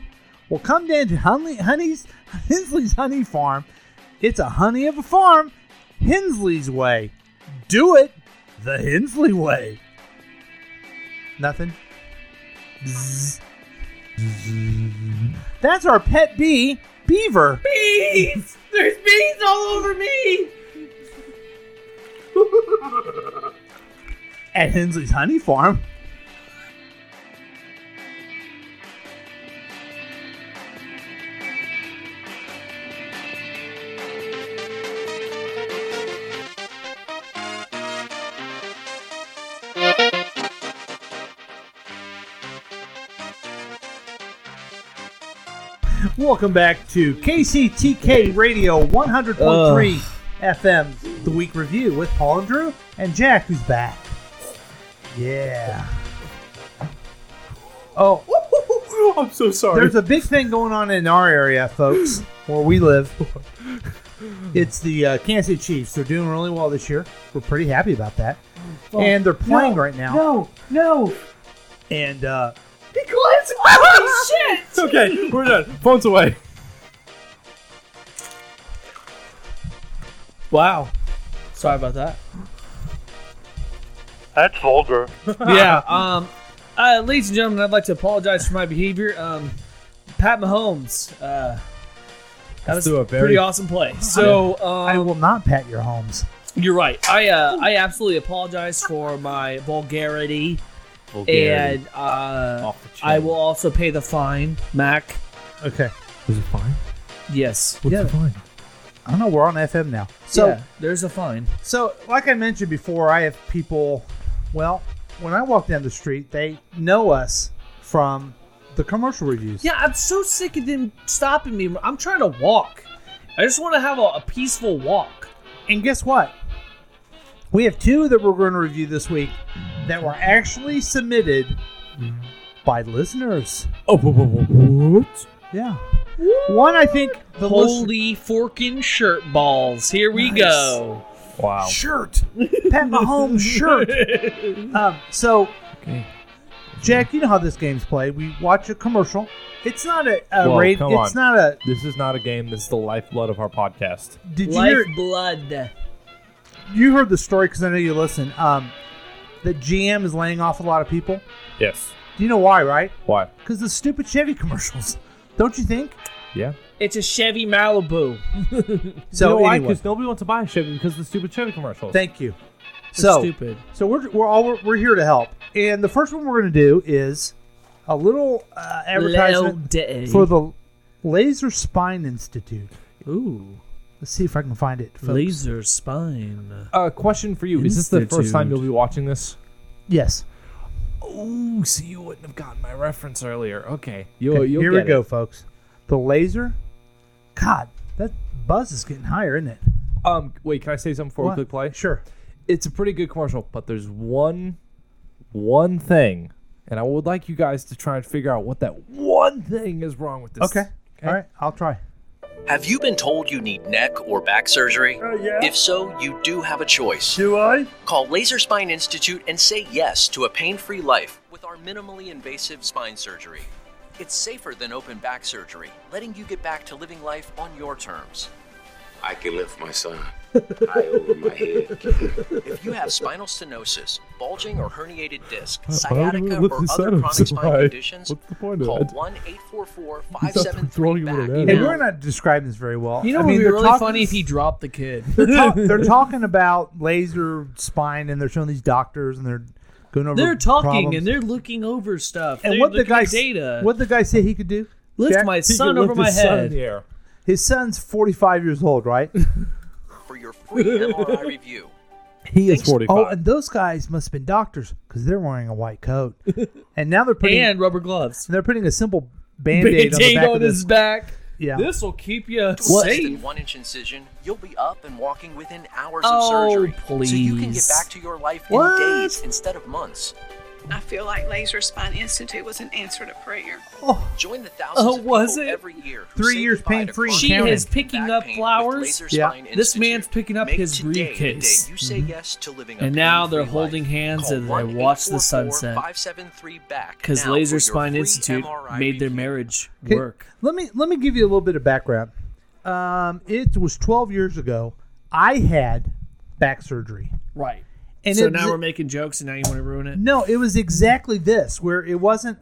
F: Well, come down to Hunley, Honey's, Hensley's Honey Farm. It's a honey of a farm, Hensley's way. Do it the Hensley way. Nothing. Zzz. That's our pet bee, Beaver.
G: Bees! There's bees all over me!
F: at Hensley's Honey Farm. Welcome back to KCTK Radio 100.3
G: Ugh.
F: FM, the week review with Paul and Drew and Jack, who's back. Yeah. Oh,
H: I'm so sorry.
F: there's a big thing going on in our area, folks, where we live. It's the uh, Kansas City Chiefs. They're doing really well this year. We're pretty happy about that. and they're playing
R: no,
F: right now.
R: No, no.
F: And uh,
R: Because holy shit!
F: okay, we're done. Phones away.
G: Wow. Sorry about that.
I: That's vulgar.
G: yeah. Um, uh, ladies and gentlemen, I'd like to apologize for my behavior. Um, Pat Mahomes. Uh, that was
F: do
G: a
F: a very-
G: pretty awesome play. So um,
F: I will not pat your homes.
G: you're right. I uh, I absolutely apologize for my vulgarity,
F: Vulgarity.
G: and uh, I will also pay the fine, Mac.
F: Okay. Is it fine?
G: Yes.
F: What's
G: Yeah.
F: the fine? I don't know. We're on FM now. So
G: Yeah, there's a fine.
F: So, like I mentioned before, I have people. Well, when I walk down the street, they know us from the commercial reviews.
G: Yeah, I'm so sick of them stopping me. I'm trying to walk. I just want to have a, a peaceful walk.
F: And guess what? We have two that we're going to review this week that were actually submitted by listeners. Oh, what? Yeah. One, I think the list-
G: Holy forking shirt balls. Here we
F: Nice.
H: Oh.
G: go.
F: Wow. shirt, Pat Mahomes shirt. Um, so, Jack, you know how this game's played. We watch a commercial. It's not a, a
H: Whoa,
F: rate.
H: come
F: It's
H: on.
F: not a.
H: This is not a game. This is the lifeblood of our podcast.
F: Did you hear?
G: Lifeblood.
F: You heard the story because I know you listen. Um, that GM is laying off a lot of people.
H: Yes.
F: Do you know why? Right?
H: Why?
F: Because the stupid Chevy commercials. Don't you think?
H: Yeah.
G: It's a Chevy Malibu.
F: So
H: you know
F: anyway.
H: Because nobody wants to buy a Chevy because of the stupid Chevy commercials.
F: Thank you.
H: It's
F: so
H: stupid.
F: So we're we're all we're, we're here to help. And the first one we're going to do is a little uh,
G: Little
F: advertisement
G: day.
F: for the Laser Spine Institute.
G: Ooh.
F: Let's see if I can find it. folks.
G: Laser spine.
H: Uh, question for you: Is this the first time you'll be watching this?
F: Yes.
H: Oh, so you wouldn't have gotten my reference earlier. Okay.
F: Okay, here we go, folks. The laser. God, that buzz is getting higher, isn't it?
H: Um, wait, can I say something before
F: What?
H: we click play?
F: Sure.
H: It's a pretty good commercial, but there's one, one thing, and I would like you guys to try and figure out what that one thing is wrong with this.
F: Okay. All right. I'll try.
S: Have you been told you need neck or back surgery? If so, you do have a choice.
T: Do I?
S: Call Laser Spine Institute and say yes to a pain free life with our minimally invasive spine surgery. It's safer than open back surgery, letting you get back to living life on your terms.
U: I can lift my son high over my head.
S: If you have spinal stenosis, bulging or herniated disc,
H: Why would we
S: sciatica,
H: lift
S: or
H: his
S: other
H: son up
S: chronic
H: so
S: spine
H: high?
S: conditions,
H: What's the point of
S: call
H: that?
S: 1 844
H: throwing him
F: Hey,
H: at
F: we're not describing this very well.
G: You know
F: I
G: what
F: mean,
G: would be
F: they're
G: really
F: talking-
G: funny if he dropped the kid?
F: They're, ta- they're talking about laser spine, and they're showing these doctors, and they're going over.
G: They're talking
F: problems.
G: and they're looking over stuff.
F: And
G: They're
F: what the
G: looking at
F: guy
G: data.
F: What the guy say he could do?
G: Lift my He could son lift over his my son head. in the
H: air.
F: His son's forty-five years old, right?
S: for your free MRI review.
F: he
H: is forty-five.
F: Oh, and those guys must have been doctors because they're wearing a white coat, and now they're putting
G: and rubber gloves.
F: they're putting a simple band-aid, on the
G: Band-Aid
F: back
G: on
F: of
G: his
F: this.
G: back.
F: Yeah.
G: This will keep you
S: Less
G: safe.
S: than one inch incision, you'll be up and walking within hours
G: Oh,
S: of surgery. So you can get
G: please.
S: back to your life
G: What?
S: in days instead of months.
V: I feel like Laser Spine Institute was an answer to prayer.
S: Join the thousands
G: Oh,
S: of
G: was
S: people
G: it?
S: every year who
F: Three
S: say
F: years
S: goodbye to
F: pain-free
S: chronic
G: She
F: Counting.
G: is picking up flowers.
S: laser spine
G: This man's picking up
S: Make
G: his
S: today the day
G: briefcase. Mm-hmm.
S: you say yes to living a
G: And now
S: pain-free
G: they're
S: life.
G: holding hands
S: Call
G: and they watch the sunset.
S: 573 back
G: Because
S: now for
G: Laser
S: your
G: Spine
S: free
G: Institute
S: MRI
G: made their marriage
F: Okay,
G: work.
F: Let me let me give you a little bit of background. Um, it was 12 years ago. I had back surgery.
G: Right.
F: And
G: so
F: it-
G: now we're making jokes and now you want to ruin it?
F: No, it was exactly this where it wasn't.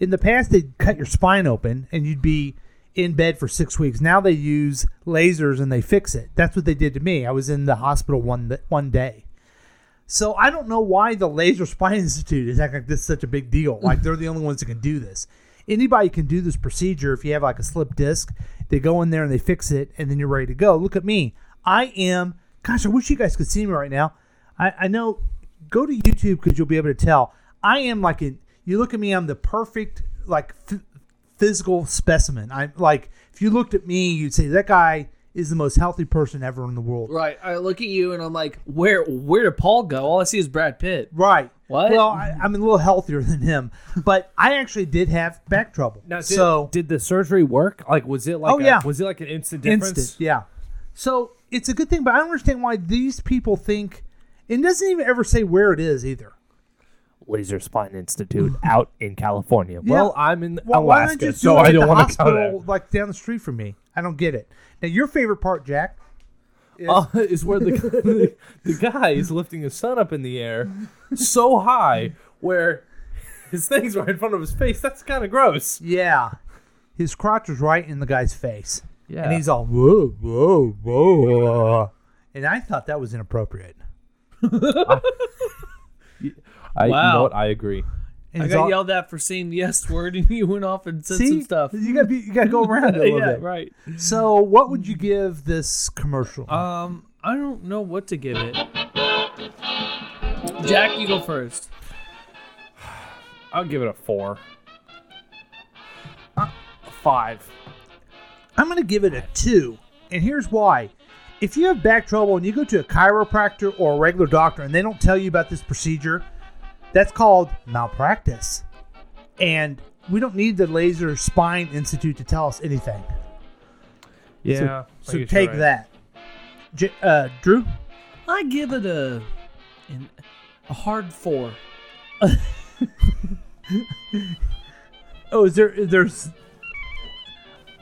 F: In the past, they'd cut your spine open and you'd be in bed for six weeks. Now they use lasers and they fix it. That's what they did to me. I was in the hospital one one day. So I don't know why the Laser Spine Institute is acting like this is such a big deal. Like they're the only ones that can do this. Anybody can do this procedure if you have like a slip disc. They go in there and they fix it, and then you're ready to go. Look at me. I am. Gosh, I wish you guys could see me right now. I, I know. Go to YouTube because you'll be able to tell. I am like an. You look at me. I'm the perfect like f- physical specimen. I'm like if you looked at me, you'd say that guy is the most healthy person ever in the world.
G: Right. I look at you and I'm like, where where did Paul go? All I see is Brad Pitt.
F: Right.
G: What?
F: Well, I, I'm a little healthier than him, but I actually did have back trouble.
H: Now, did,
F: so
H: did the surgery work? Like, was it like?
F: Oh,
H: a-
F: yeah.
H: Was it like an instant difference?
F: Instant, yeah. So it's a good thing, but I don't understand why these people think It doesn't even ever say where it is either.
B: Laser Spine Institute out in California.
F: Yeah.
B: Well, I'm in
F: Well, why don't
B: Alaska,
F: you just do
B: so
F: it
B: I
F: at
B: don't
F: the
B: want to go there.
F: hospital, Like down the street from me. I don't get it. Now your favorite part, Jack.
H: Uh, is where the, the guy is lifting his son up in the air so high where his things right in front of his face. That's kind of gross.
F: Yeah. His crotch was right in the guy's face.
H: Yeah.
F: And he's all whoa, whoa, whoa. And I thought that was inappropriate.
H: I, You
G: Wow.
H: know what? I agree.
G: I
H: it's
G: got
H: all-
G: yelled at for saying the S word, and you went off and said some stuff.
F: You gotta be, you gotta go around it a little
G: yeah,
F: bit.
G: right.
F: So what would you give this commercial?
Q: Uh,
G: Um, I don't know what to give it. Jack, you go first.
Q: I'll give it a four.
H: Uh,
Q: Five.
F: I'm going to give it a two. And here's why. If you have back trouble and you go to a chiropractor or a regular doctor and they don't tell you about this procedure, that's called malpractice. And we don't need the Laser Spine Institute to tell us anything.
Q: Yeah, I
F: So,
Q: guess
F: so
Q: Oh, you're
F: take
Q: right.
F: that. J- uh, Drew?
G: I give it a an, a hard four.
F: Oh, is there, is there's,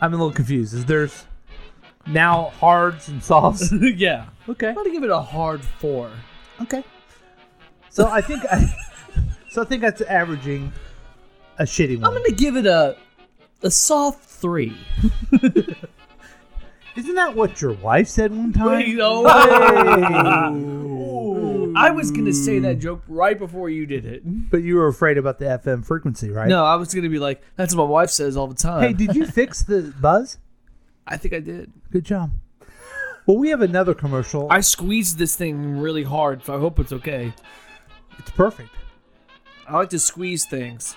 F: I'm a little confused. Is there's now hards and softs?
G: yeah.
F: Okay. I'm
G: gonna give it a hard four.
F: Okay. So I think I, so I think that's averaging a shitty one.
G: I'm gonna give it a a soft three.
F: Isn't that what your wife said one time?
G: Wait, no I was gonna say that joke right before you did it.
F: But you were afraid about the FM frequency, right?
G: No, I was gonna be like, that's what my wife says all the time.
F: Hey, did you fix the buzz?
G: I think I did.
F: Good job. Well, we have another commercial.
G: I squeezed this thing really hard, so I hope it's okay.
F: It's perfect.
G: I like to squeeze things.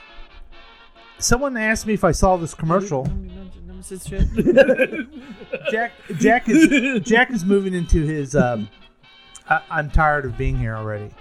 F: Someone asked me if I saw this commercial. Jack, Jack is Jack is moving into his. Um, I, I'm tired of being here already.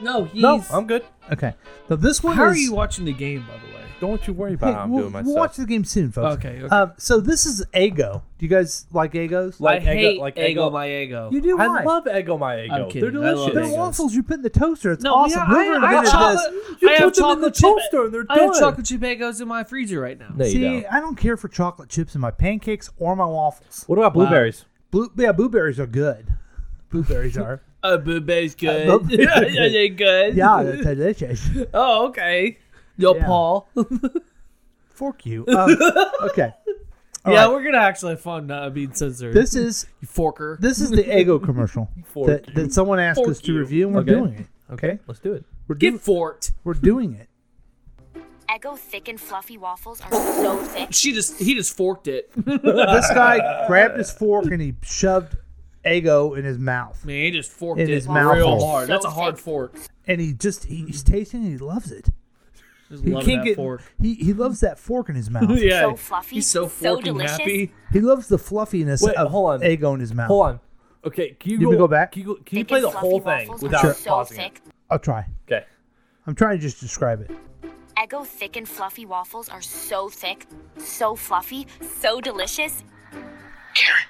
G: No, he's.
F: No, I'm good. Okay, so this one.
G: How
F: is,
G: are you watching the game, by the way?
H: Don't you worry
F: Hey, we'll, we'll watch the game soon, folks.
G: Okay, okay.
F: Um, so this is Ego. Do you guys like Egos?
G: I hate Ego My Ego.
F: You do.
H: I
F: why?
H: love Eggo My Eggo.
G: I'm
H: They're
G: kidding. I love
H: delicious.
F: They're
G: Egos.
F: waffles you put in the toaster. It's
G: No,
F: awesome.
G: yeah, I,
F: We're
G: I, have
F: invented
G: chocolate,
F: this.
G: I have chocolate chip,
H: toaster and they're
G: I have
H: done.
G: chocolate chip Egos in my freezer right now.
H: No, you
F: See,
H: don't.
F: I don't care for chocolate chips in my pancakes or my waffles.
H: What about
G: Wow.
H: blueberries?
F: Blue, yeah, blueberries are good. Blueberries are.
G: Uh, blueberries good.
F: Uh, blueberries
G: yeah,
F: are good.
G: they're good.
F: yeah, they're delicious.
G: Oh, okay. Yo,
F: Yeah.
G: Paul.
F: Fork you. Um, okay. All
G: yeah,
F: right.
G: we're gonna actually have fun not being censored.
F: This is
G: you forker.
F: this is the Ego commercial
G: Fork
F: that,
G: you.
F: that someone asked
G: Fork
F: us to
G: you.
F: review, and we're
H: Okay.
F: doing it. Okay,
H: Let's do it.
F: we're doing
G: get forked.
F: we're doing it.
T: Eggo thick and fluffy waffles are so thick.
G: She just he just forked it.
F: this guy grabbed his fork and he shoved Ego in his mouth,
G: Man, he just forked
F: In
G: it
F: his
G: real
F: mouthful.
G: hard. That's a hard fork.
F: and he just he, he's
H: Mm-hmm.
F: tasting it. He loves it.
G: Just
F: He
G: love
F: can't
G: that
F: get
G: fork.
F: he he loves that fork in his mouth.
G: yeah.
T: So fluffy,
G: He's so
T: so
G: forking
T: delicious.
G: happy.
F: He loves the fluffiness
H: Wait,
F: of
H: hold on.
F: Ego in his mouth.
H: Hold on. Okay, can you,
F: You
H: go,
F: wanna go back?
H: Can you, go- can you
T: Thick
H: play
T: and
H: the
T: fluffy
H: whole thing
T: waffles are
H: without
T: so
H: pausing
T: thick.
F: I'll try.
H: it? Okay.
F: I'm trying to just describe it.
T: Eggo thick and fluffy waffles are so thick, so fluffy, so delicious.
K: Karen,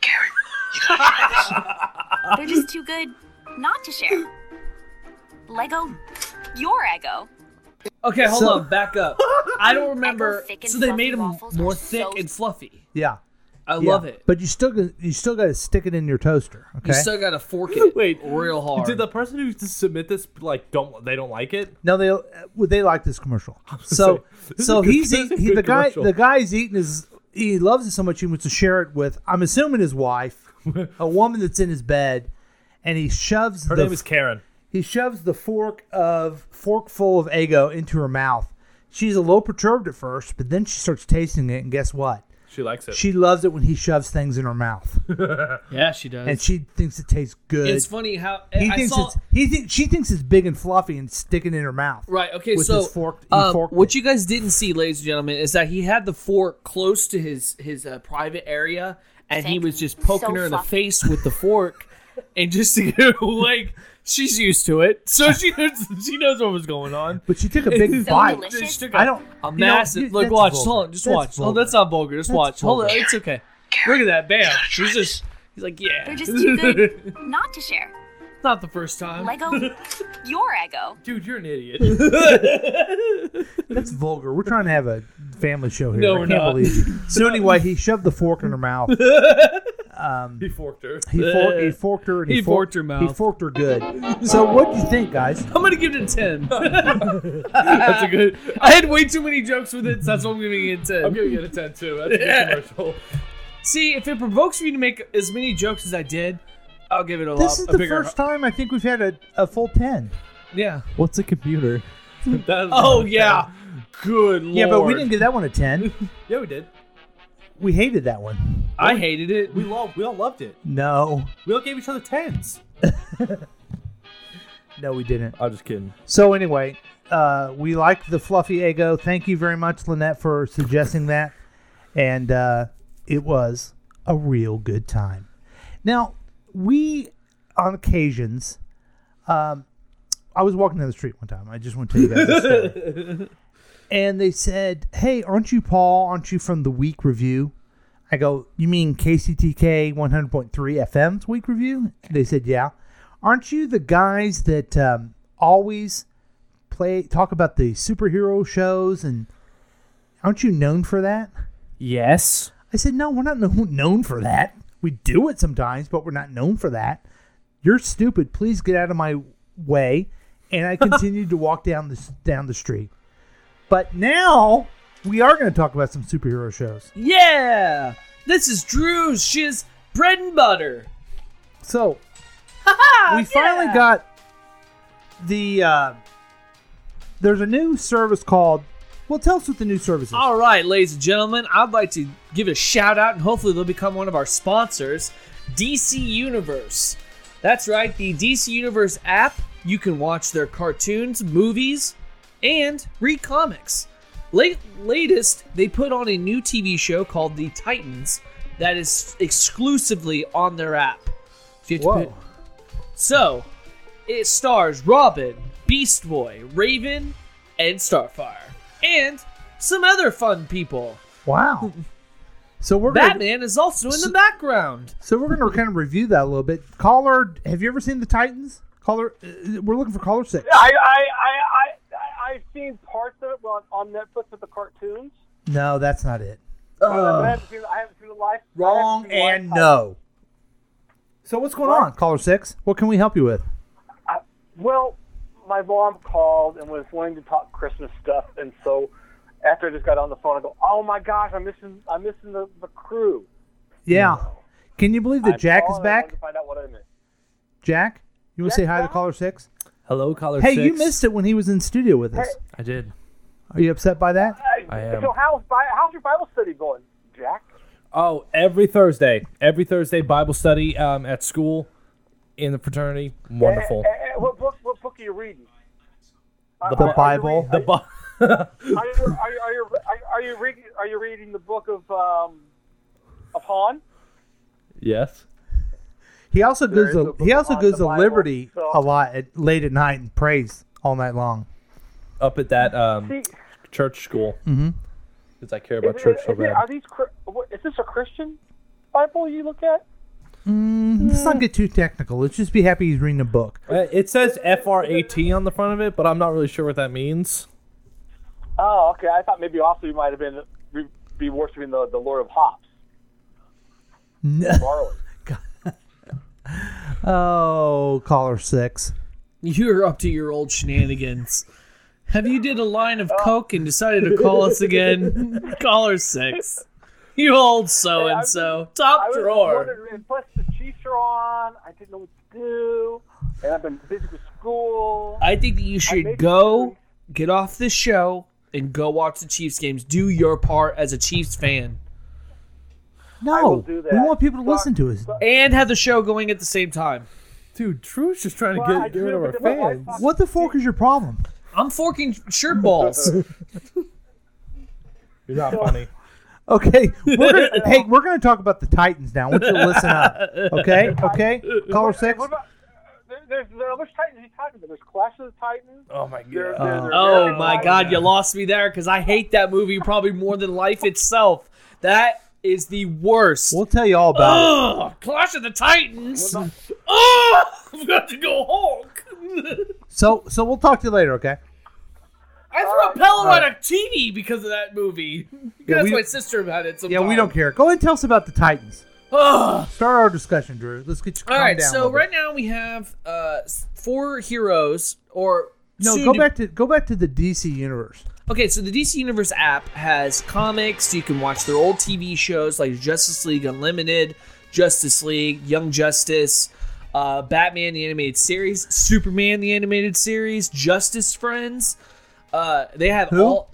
K: Karen, you gotta
T: They're just too good not to share. Lego, your Eggo.
G: Okay, hold
F: So-
G: on, back up. I don't remember.
T: Eggo thick and
G: So they
T: fluffy
G: made him
T: waffles
G: more
T: are
G: thick
T: so-
G: and fluffy.
F: Yeah.
G: I
F: yeah.
G: love it.
F: But you still gotta- you still got to stick it in your toaster. Okay.
G: You still gotta fork it
H: Wait,
G: real hard.
H: Did the person who just submit this like don't they don't like it?
F: No, they uh, well, they like this commercial. So
H: say, this is
F: so
H: a good-
F: he's
H: this is
F: eat,
H: a
F: he,
H: good
F: the guy
H: commercial.
F: the guy's eating his he loves it so much he wants to share it with I'm assuming his wife, a woman that's in his bed, and he shoves
H: Her
F: the
H: name is Karen.
F: he shoves the fork of forkful of ego into her mouth. She's a little perturbed at first, but then she starts tasting it, and guess what?
H: She likes it.
F: She loves it when he shoves things in her mouth,
G: yeah, she does.
F: and she thinks it tastes good.
G: it's funny how
F: He
G: I
F: thinks
G: saw.
F: it's he thinks she thinks it's big and fluffy and sticking it in her mouth.
G: Right. Okay.
F: with
G: so,
F: his fork- he
G: um,
F: forked
G: what
F: it.
G: you guys didn't see, ladies and gentlemen, is that he had the fork close to his his uh, private area, and he
T: Thick,
G: was just poking
T: so
G: her in the
T: fluffy.
G: face with the fork, and just to get like she's used to it, so she knows, she knows what was going on.
F: But she took a big
T: So
F: bite.
T: delicious.
G: She took
F: I don't-
G: a
F: you know,
G: massive
F: you-
G: look.
F: that's
G: Watch,
F: vulgar.
G: hold on, just
F: That's
G: watch. Oh,
F: vulgar.
G: that's not vulgar. Just
F: That's
G: watch. Hold on,
F: vulgar.
G: it's okay. Look at that, bam. She's just. He's like,
T: They're
G: yeah.
T: They're just too good not to share.
G: Not the first time.
T: Lego, your ego.
G: Dude, you're an idiot.
F: That's vulgar. We're trying to have a family show here.
G: No,
F: I
G: we're
F: can't
G: not.
F: believe you. So anyway, he shoved the fork in her mouth. Um,
G: he forked her.
F: He, for- he forked her. And he,
G: He forked her
F: He
G: mouth.
F: forked her good. So what do you think, guys?
G: I'm gonna give it a ten. that's a good. I had way too many jokes with it, so that's why I'm giving it a ten.
Q: I'm giving it a 10 too. That's a good
G: Yeah.
Q: commercial.
G: See, if it provokes me to make as many jokes as I did, I'll give it a lot.
F: This is
G: a
F: the
G: bigger,
F: first time I think we've had a, a full ten.
G: Yeah.
F: What's a computer?
G: Oh yeah. Good lord.
F: Yeah, but we didn't give that one a ten.
Q: Yeah, we did.
F: We hated that one.
G: I hated it.
Q: We loved. We all loved it.
F: No,
Q: We all gave each other tens.
F: no, we didn't.
H: I'm just kidding.
F: So anyway, uh, we like the fluffy ego. Thank you very much, Lynette, for suggesting that. And uh, it was a real good time. Now, we on occasions, um, I was walking down the street one time. I just want to tell you guys this story. and they said, "Hey, aren't you Paul? Aren't you from the Week Review?" I go, "You mean KCTK 100.3 FM's Week Review?" They said, "Yeah." Aren't you the guys that um, always play talk about the superhero shows and aren't you known for that?
G: Yes.
F: I said, "No, we're not kno- known for that. We do it sometimes, but we're not known for that. You're stupid. Please get out of my way." And I continued to walk down the s- down the street. But now we are going to talk about some superhero shows.
G: Yeah. This is Drew's shiz bread and butter.
F: So we finally got the uh, there's a new service called. Well, tell us what the new service is.
G: All right, ladies and gentlemen, I'd like to give a shout out and hopefully they'll become one of our sponsors, DC Universe. That's right, the DC Universe app. You can watch their cartoons, movies, and read comics. Late, latest, they put on a new TV show called The Titans that is exclusively on their app. So you have to put- so, it stars Robin, Beast Boy, Raven, and Starfire, and some other fun people.
F: Wow. So we're gonna-
G: Batman is also in the background.
F: So we're going to kind of review that a little bit. Caller, have you ever seen the Titans? Caller, uh, we're looking for caller six.
A: I, I, I, I, I've seen parts of it on, on Netflix with the cartoons.
F: No, that's not it.
A: but I
F: Ugh.
A: haven't seen, I haven't seen the live.
F: wrong and no. So what's going on, caller six? What can we help you with?
A: I, well, my mom called and was wanting to talk Christmas stuff, and so after I just got on the phone, I go, "Oh my gosh, I'm missing, I'm missing the, the crew."
F: Yeah. Can you believe that
A: I'm
F: Jack is
A: calling, I wanted
F: back?
A: To find out what I missed.
F: Jack, you want to say hi to caller six?
D: Hello, caller
F: hey,
D: six.
F: you missed it when he was in studio with us.
D: I did.
F: Are you upset by that?
D: I am.
A: So how's Bi- how's your Bible study going, Jack?
D: Oh, every Thursday, every Thursday Bible study um, at school in the fraternity. Wonderful.
A: Eh, eh, eh, what book? What book are you reading? Uh,
D: The
A: Bi-
D: Bible. The Bible.
A: Are you, are you, are you, are you- are you reading? Are you reading the book of um, of Han?
Q: Yes.
F: He also
A: There
F: goes
A: is a
F: to
A: book
F: he also
A: on
F: goes
A: the
F: to
A: Bible,
F: Liberty
A: so-
F: a lot at, late at night and prays all night long.
D: Up at that um,
A: See-
D: church school
F: Mm-hmm.
D: because I care
A: Is
D: about
A: it-
D: church
A: is
D: so
A: it-
D: bad.
A: are these? Chri- what- Is this a Christian Bible you look at?
F: Mm, let's not get too technical. Let's just be happy he's reading a book.
D: Uh, It says FRAT on the front of it, but I'm not really sure what that means.
A: Oh, okay. I thought maybe also you might have been be- be worshiping the, the Lord of Hops.
F: No.
A: Barley.
F: Oh, caller six.
G: You're up to your old shenanigans. Have you did a line of coke and decided to call us again? Caller six. You old so and so.
A: I
G: Top
A: was
G: drawer.
A: wondering- And plus the Chiefs are on. I didn't know what to do, and I've been busy with school.
G: I think that you should go get off this show and go watch the Chiefs games. Do your part as a Chiefs fan.
F: No, we want people to listen to us.
G: And have the show going at the same time.
Q: Dude, Drew's just trying
F: to Well, get- I give it do, to our but then my fans. What the fork is your problem?
G: I'm forking shirt balls.
D: You're not funny.
F: Okay, we're gonna, hey, we're going to talk about the Titans now. I want you to listen up. Okay, okay, caller six.
A: What about, there, there's there are which Titans are you talking about? There's Clash of the Titans.
D: Oh my god.
G: oh my god, you lost me there because I hate that movie probably more than life itself. That is the worst. We'll
F: tell you all about
G: Ugh, Clash of the Titans. Oh, I've got to go home.
F: So so we'll talk to you later, okay?
G: I threw a pillow at a TV because of that movie.
F: Yeah,
G: That's
F: we-
G: my sister about it.
F: Yeah, we don't care. Go ahead and tell us about the Titans.
G: Ugh.
F: Start our discussion, Drew. Let's get you
G: All
F: calmed
G: right,
F: down. a
G: so
F: little bit.
G: right now we have uh, s- four heroes, or
F: no,
G: soon
F: go
G: to-
F: back to go back to the DC universe.
G: Okay, so the DC Universe app has comics. You can watch their old TV shows like Justice League Unlimited, Justice League, Young Justice, uh, Batman the Animated Series, Superman the Animated Series, Justice Friends. Uh, they have
F: Who?
G: all.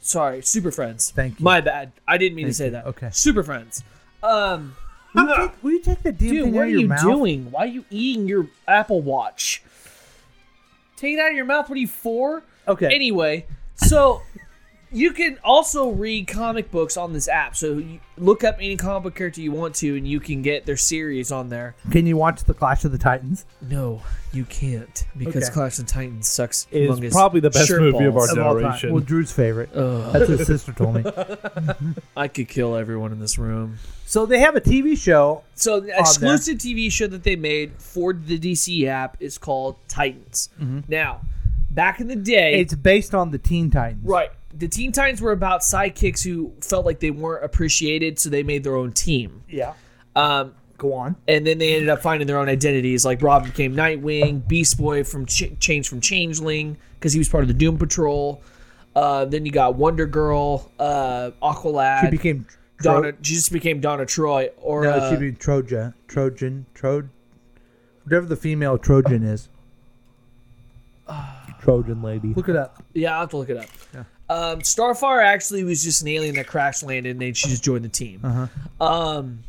G: Sorry, Super Friends. Thank you. My bad. I didn't mean to say that. Okay. Super Friends. Um,
F: will, you take, will you take the damn
G: Dude,
F: thing
G: what
F: out
G: are
F: of your
G: you
F: mouth?
G: doing? Why are you eating your Apple Watch? Take it out of your mouth. What are you for?
F: Okay.
G: Anyway, so you can also read comic books on this app. So you look up any comic book character you want to, and you can get their series on there.
F: Can you watch the Clash of the Titans?
G: No, you can't because
F: Okay.
G: Clash of the Titans sucks.
F: It is
G: humongous
F: probably the best
G: shirt
F: movie of
G: balls.
F: our Of all time. generation. Well, Drew's favorite. That's what his sister told me.
G: I could kill everyone in this room.
F: So they have a TV show.
G: So
F: on
G: the
F: there.
G: exclusive TV show that they made for the DC app is called Titans.
F: Mhm.
G: Now, back in the day,
F: It's based on the Teen Titans.
G: right. The Teen Titans were about sidekicks who felt like they weren't appreciated, so they made their own team.
F: Yeah.
G: Um,
F: Go on.
G: And then they ended up finding their own identities. Like Rob became Nightwing, Beast Boy from Ch- changed from Changeling because he was part of the Doom Patrol. Uh, then you got Wonder Girl, uh, Aqualad.
F: She became Tro-
G: Donna. She just became Donna Troy. Or
F: no,
G: uh,
F: it should be Trojan, Trojan, Troj, whatever the female Trojan is.
B: Trojan lady.
F: Look it up.
G: Yeah, I'll have to look it up. Um, Starfire actually was just an alien that crash landed and then she just joined the team.
F: Uh-huh.
G: Um,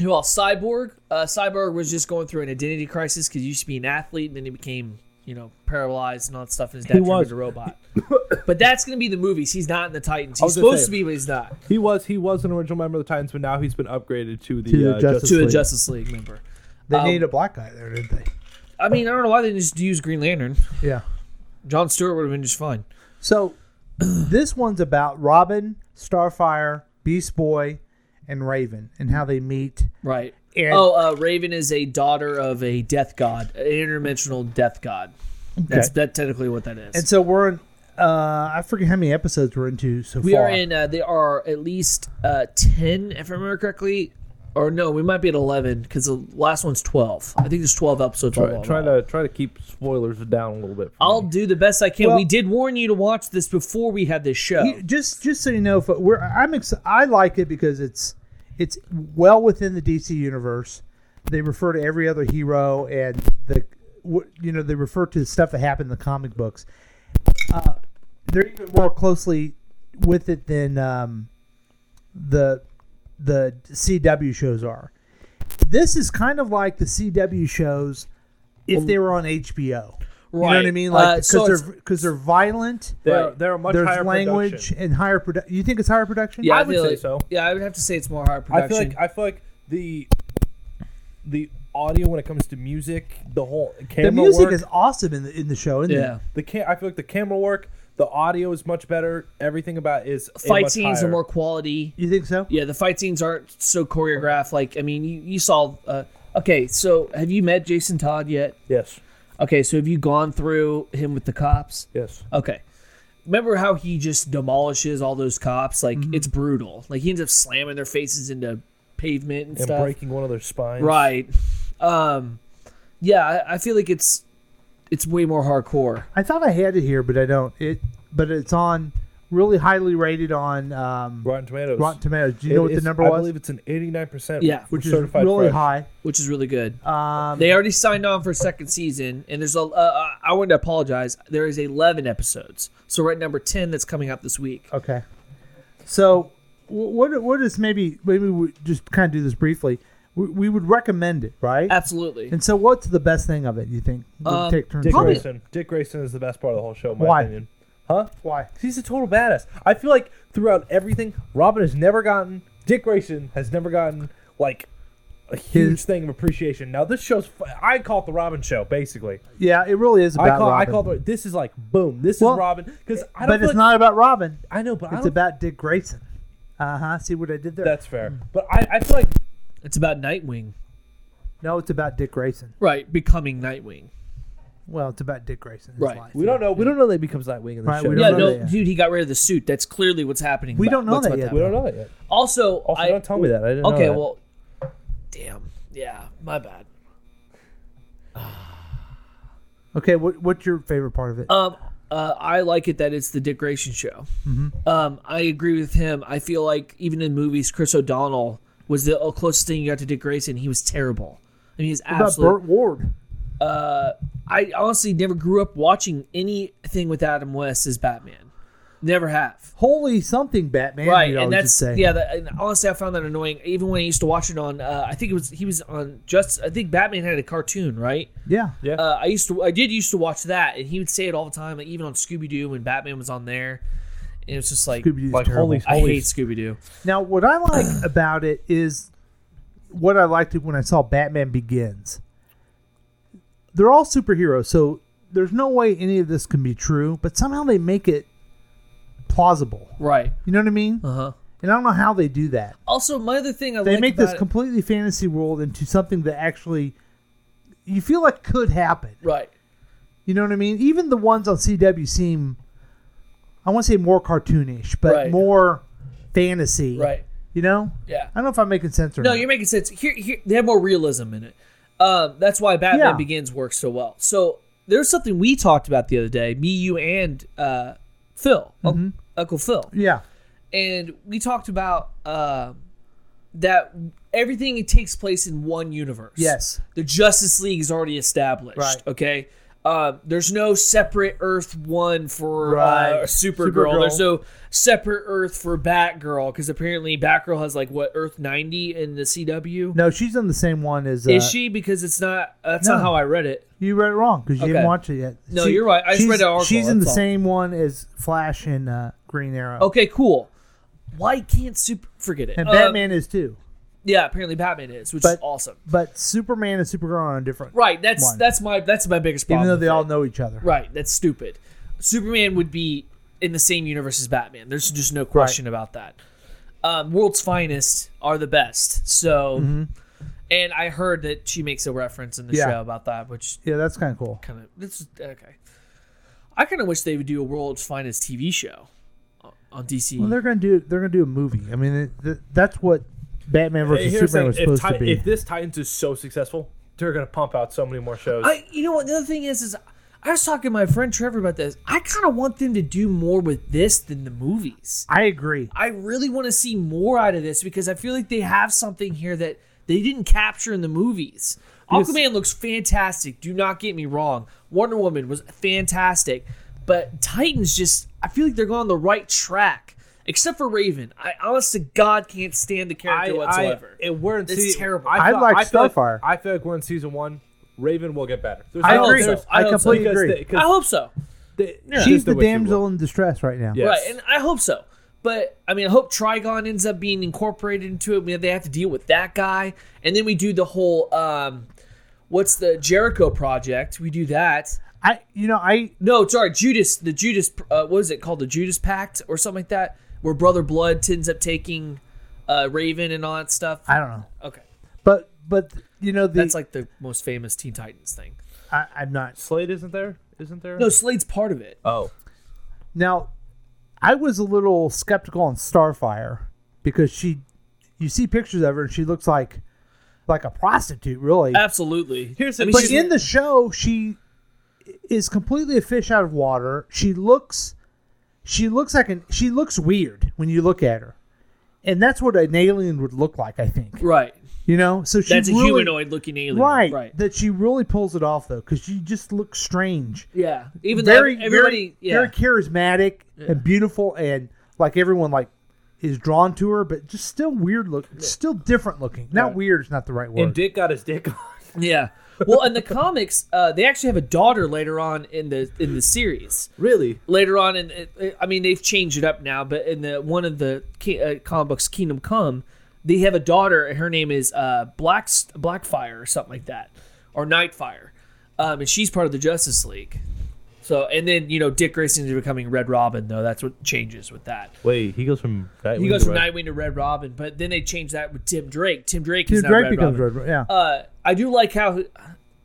G: who else? Cyborg. Uh, Cyborg was just going through an identity crisis because he used to be an athlete and then he became, you know, paralyzed and all that stuff. And his dad
B: He
G: turned him
B: was.
G: into a robot. but that's going to be the movies. He's not in the Titans.
H: I
G: He's
H: was gonna
G: supposed
H: say-
G: to be, but he's not.
H: He was he was an original member of the Titans, but now he's been upgraded to the,
G: To the
H: uh,
G: Justice
H: Justice
G: To the
H: League.
G: Justice League member.
F: They
G: Um,
F: needed a black guy there, didn't they?
G: I mean, I don't know why they didn't just use Green Lantern.
F: Yeah.
G: John Stewart would have been just fine.
F: So this one's about Robin, Starfire, Beast Boy, and Raven, and how they meet.
G: Right.
F: And-
G: oh, uh, Raven is a daughter of a death god, an interdimensional death god. That's
F: Okay.
G: that technically what that is.
F: And so we're in. Uh, I forget how many episodes we're into so
G: we
F: far.
G: are in. Uh, there are at least uh, ten, if I remember correctly, or no, we might be at eleven because the last one's twelve. I think there's twelve episodes. all
H: Try,
G: in
H: try
G: all.
H: to try to keep spoilers down a little bit.
G: I'll do the best I can.
F: Well-
G: we did warn you to watch this before we had this show.
F: You- just just so you know, fo- we're I'm ex- I like it because it's it's well within the DC universe. They refer to every other hero and the wh- you know they refer to the stuff that happened in the comic books. Uh, they're even more closely with it than um, the the CW shows are. This is kind of like the CW shows if they were on HBO. You know what I
G: Right.
F: mean? Like
G: Uh,
F: because
G: so
F: they're
G: it's-
F: because they're violent.
H: They're- Right. they're a much
F: There's
H: higher
F: language
H: production.
F: and higher production. You think it's higher production?
G: I feel like- Yeah, I would have to say it's more hard
H: I
G: production.
H: feel like I feel like the the audio when it comes to music, the whole camera
F: the music
H: work,
F: is awesome in the in the show. Isn't it?
H: The ca- I feel like the camera work, the audio is much better. Everything about it is a
G: fight
H: much
G: scenes
H: higher.
G: are more quality.
F: You think so?
G: Yeah, the fight scenes aren't so choreographed. Like, I mean, you, you saw. Uh, okay, so have you met Jason Todd yet?
H: Yes.
G: Okay, so have you gone through him with the cops?
H: Yes.
G: Okay. Remember how he just demolishes all those cops? Like, it's brutal. Like, he ends up slamming their faces into pavement and,
H: and
G: stuff.
H: breaking one of their spines.
G: Right. Um, yeah, I, I feel like it's it's way more hardcore.
F: I thought I had it here, but I don't. It but it's on really highly rated on um,
H: Rotten Tomatoes.
F: Rotten Tomatoes. Do you
H: It
F: know what the
H: is-
F: number
H: I
F: was?
H: believe it's an 89%.
G: Yeah.
H: for
F: which is
H: certified
F: really
H: fresh.
F: high.
G: which is really good.
F: Um,
G: they already signed on for a second season, and there's a. Uh, I wanted to apologize. There is 11 episodes, so we're at number 10 that's coming out this week.
F: Okay. So, wh- what what is maybe maybe we just kind of do this briefly. We, we would recommend it, right?
G: Absolutely.
F: And so, what's the best thing of it? You think? We'll
H: Um,
F: take turns
H: Dick
F: with it.
H: Grayson. Dick Grayson is the best part of the whole show, in my
F: Why?
H: opinion. Huh?
F: Why?
H: He's a total badass. I feel like throughout everything, Robin has never gotten. Dick Grayson has never gotten like a huge thing of appreciation. Now this show's. f- I call it the Robin show, basically.
F: Yeah, it really is about
H: I call.
F: Robin.
H: I call it. This is like boom. This
F: Well,
H: is Robin because I don't.
F: but
H: feel
F: it's
H: like-
F: not about Robin.
H: I know, but I
F: it's
H: don't-
F: about Dick Grayson. Uh huh. See what I did there?
H: That's fair. But I, I feel like
G: It's about Nightwing.
F: No, it's about Dick Grayson.
G: Right, becoming Nightwing.
F: Well, it's about Dick Grayson. his
G: Right.
F: life.
H: We don't know. We don't know that he becomes Nightwing in the
F: Right,
H: show.
F: we
G: Yeah,
F: don't know
G: no,
F: that yet.
G: dude, he got rid of the suit. That's clearly what's happening.
F: We
G: But
F: don't know
G: what's
F: that
G: about
F: yet,
H: We don't know that yet.
G: Also,
H: Also,
G: I,
H: don't tell me that. I didn't know
G: okay,
H: that.
G: well, damn. Yeah, my bad.
F: Okay, what, what's your favorite part of it?
G: Um, uh, I like it that it's the Dick Grayson show.
F: Mhm.
G: Um, I agree with him. I feel like even in movies, Chris O'Donnell was the uh, closest thing you got to Dick Grayson. He was terrible. I mean, he's
F: What about
G: absolutely.
F: Burt Ward?
G: uh, I honestly never grew up watching anything with Adam West as Batman. Never have.
F: Holy something, Batman.
G: right,
F: you'd
G: and
F: always
G: that's
F: just say.
G: yeah. That, and honestly, I found that annoying. Even when I used to watch it on, uh, I think it was he was on just. I think Batman had a cartoon, right?
F: yeah.
H: Yeah.
G: Uh, I used to, I did used to watch that, and he would say it all the time, like even on Scooby Doo when Batman was on there. And it was just like,
F: Scooby-Doo's
G: like
F: terrible.
G: holy, I
F: Holy-
G: hate Scooby Doo.
F: Now, what I like about it is what I liked when I saw Batman Begins. They're all superheroes, so there's no way any of this can be true, but somehow they make it plausible.
G: Right.
F: You know what I mean?
G: Uh huh.
F: And I don't know how they do that.
G: Also, my other thing I
F: Uh-huh. they
G: like
F: make
G: about
F: this
G: it-
F: completely fantasy world into something that actually you feel like could happen.
G: right.
F: You know what I mean? Even the ones on CW seem, I want to say more cartoonish, but
G: Right.
F: more fantasy.
G: Right.
F: You know?
G: Yeah.
F: I don't know if I'm making sense or
G: No,
F: not.
G: you're making sense. Here, here they have more realism in it. Um, that's why Batman
F: Yeah.
G: Begins works so well. So there's something we talked about the other day, me, you, and uh, Phil, Unc-
F: Mm-hmm.
G: Uncle Phil,
F: yeah.
G: and we talked about um that everything takes place in one universe.
F: Yes.
G: the Justice League is already established.
F: Right.
G: Okay. Um, there's no separate Earth one for
F: Right.
G: uh, Supergirl.
F: Supergirl.
G: There's no separate Earth for Batgirl because apparently Batgirl has like what Earth 90 in the CW.
F: No, she's on the same one as.
G: Is
F: uh,
G: she? Because it's not. That's
F: No.
G: not how I read it.
F: You read it wrong because you
G: Okay.
F: didn't watch it yet.
G: No, you're right. I just
F: she's-
G: read an article,
F: She's in the
G: that's all. Oh,
F: same one as Flash and uh, Green Arrow.
G: Okay, cool. Why can't Super? Forget it.
F: And
G: Um,
F: Batman is too,
G: yeah, apparently Batman is, which is
F: But-
G: awesome.
F: but Superman and Supergirl are on a different.
G: Right. That's
F: one.
G: that's my that's my biggest problem.
F: Even though they
G: with it.
F: all know each other.
G: Right, that's stupid. Superman would be in the same universe as Batman. There's just no question about that. Um, World's Finest are the best. So,
F: Mhm.
G: and I heard that she makes a reference in the
F: Yeah.
G: show about that, which
F: Yeah, that's kind of cool.
G: kind of this is- okay. I kind of wish they would do a World's Finest TV show on- on DC.
F: Well, they're gonna do. They're gonna do a movie. I mean, it, th- that's what Batman
H: Hey,
F: versus
H: here's the
F: Superman
H: thing,
F: was
H: if
F: supposed
H: Ti-
F: to be.
H: If this Titans is so successful, they're gonna pump out so many more shows.
G: I, you know what? The other thing is, is I was talking to my friend Trevor about this. I kind of want them to do more with this than the movies.
F: I agree.
G: I really want to see more out of this because I feel like they have something here that they didn't capture in the movies. Aquaman looks fantastic. Do not get me wrong. Wonder Woman was fantastic, but Titans just I feel like they're going on the right track. Except for Raven, I honest to God can't stand the character whatsoever.
H: I, and we're in
G: It's
H: season,
G: terrible.
F: I'd like
H: I feel
F: Starfire.
H: I feel like we're in season one. Raven will get better. There's
F: I
H: no-
F: agree.
H: there's-
F: I
G: hope so.
F: completely
H: because
F: agree.
H: they- 'cause
G: I hope so.
H: they-
F: She's
H: there's
F: the
H: no way she will.
F: damsel in distress right now.
H: Yes.
G: Right, and I hope so. But I mean, I hope Trigon ends up being incorporated into it. We they have to deal with that guy, and then we do the whole um, what's the Jericho project? We do that.
F: I, you know, I
G: No, sorry, Judas. The Judas. Uh, what is it called? The Judas Pact or something like that, where Brother Blood ends up taking uh, Raven and all that stuff.
F: I don't know,
G: Okay,
F: but but you know, the,
G: that's like the most famous Teen Titans thing.
F: I, I'm not
H: Slade isn't there? Isn't there?
G: No, Slade's part of it.
H: Oh,
F: now. I was a little skeptical on Starfire because she, you see pictures of her and she looks like, like a prostitute, really.
G: Absolutely.
H: Here's the-
G: I mean,
F: but
G: she's-
F: in the show, she is completely a fish out of water. She looks, she looks like an she looks weird when you look at her, and that's what an alien would look like. I think
G: right.
F: you know. So she
G: That's a
F: really,
G: humanoid looking alien.
F: right,
G: Right.
F: That she really pulls it off though, because she just looks strange.
G: Yeah. Even
F: very,
G: though everybody.
F: very,
G: yeah.
F: very charismatic and beautiful, and like everyone like is drawn to her, but just still weird look, still different looking. Not weird is not the right word.
H: and Dick got his dick on.
G: Yeah. Well, in the comics, uh, they actually have a daughter later on in the in the series.
H: Really?
G: Later on, in I mean, they've changed it up now, but in the one of the ki- uh, comic books, Kingdom Come, they have a daughter, and her name is uh, Black Blackfire or something like that, or Nightfire, um, and she's part of the Justice League. So, and then you know, Dick Grayson is becoming Red Robin, though. That's what changes with that.
H: Wait, he goes from Nightwing
G: He goes
H: to
G: from
H: Red-
G: Nightwing to Red Robin, but then they changed that with Tim Drake. Tim Drake is
F: Dude,
G: now
F: Drake
G: Red
F: becomes
G: Robin
F: red. Yeah,
G: uh, I I do like how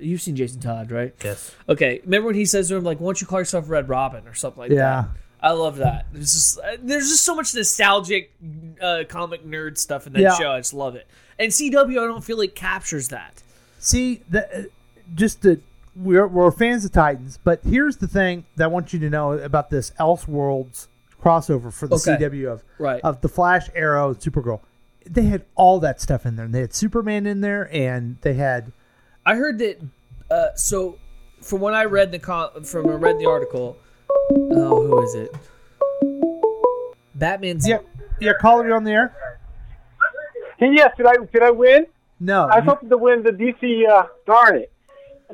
G: you've seen Jason Todd, right?
B: Yes.
G: Okay, remember when he says to him like, "Why don't you call yourself Red Robin or something like
F: Yeah.
G: that?" I love that. There's just uh, there's just so much nostalgic uh, comic nerd stuff in that
F: Yeah.
G: show. I just love it. And CW, I don't feel like captures that.
F: See, the, uh, just the we're, we're fans of Titans, but here's the thing that I want you to know about this Elseworlds crossover for the
G: Okay.
F: CW of
G: Right.
F: of the Flash, Arrow, and Supergirl. They had all that stuff in there. They had Superman in there, and they had
G: I heard that. Uh, so, from when I read the con- from I read the article, oh, who is it? Batman's.
F: Yeah, yeah. Caller, you on the air?
A: Hey, yes, did I did I win?
F: No.
A: I was hoping to win the DC. Uh, darn it!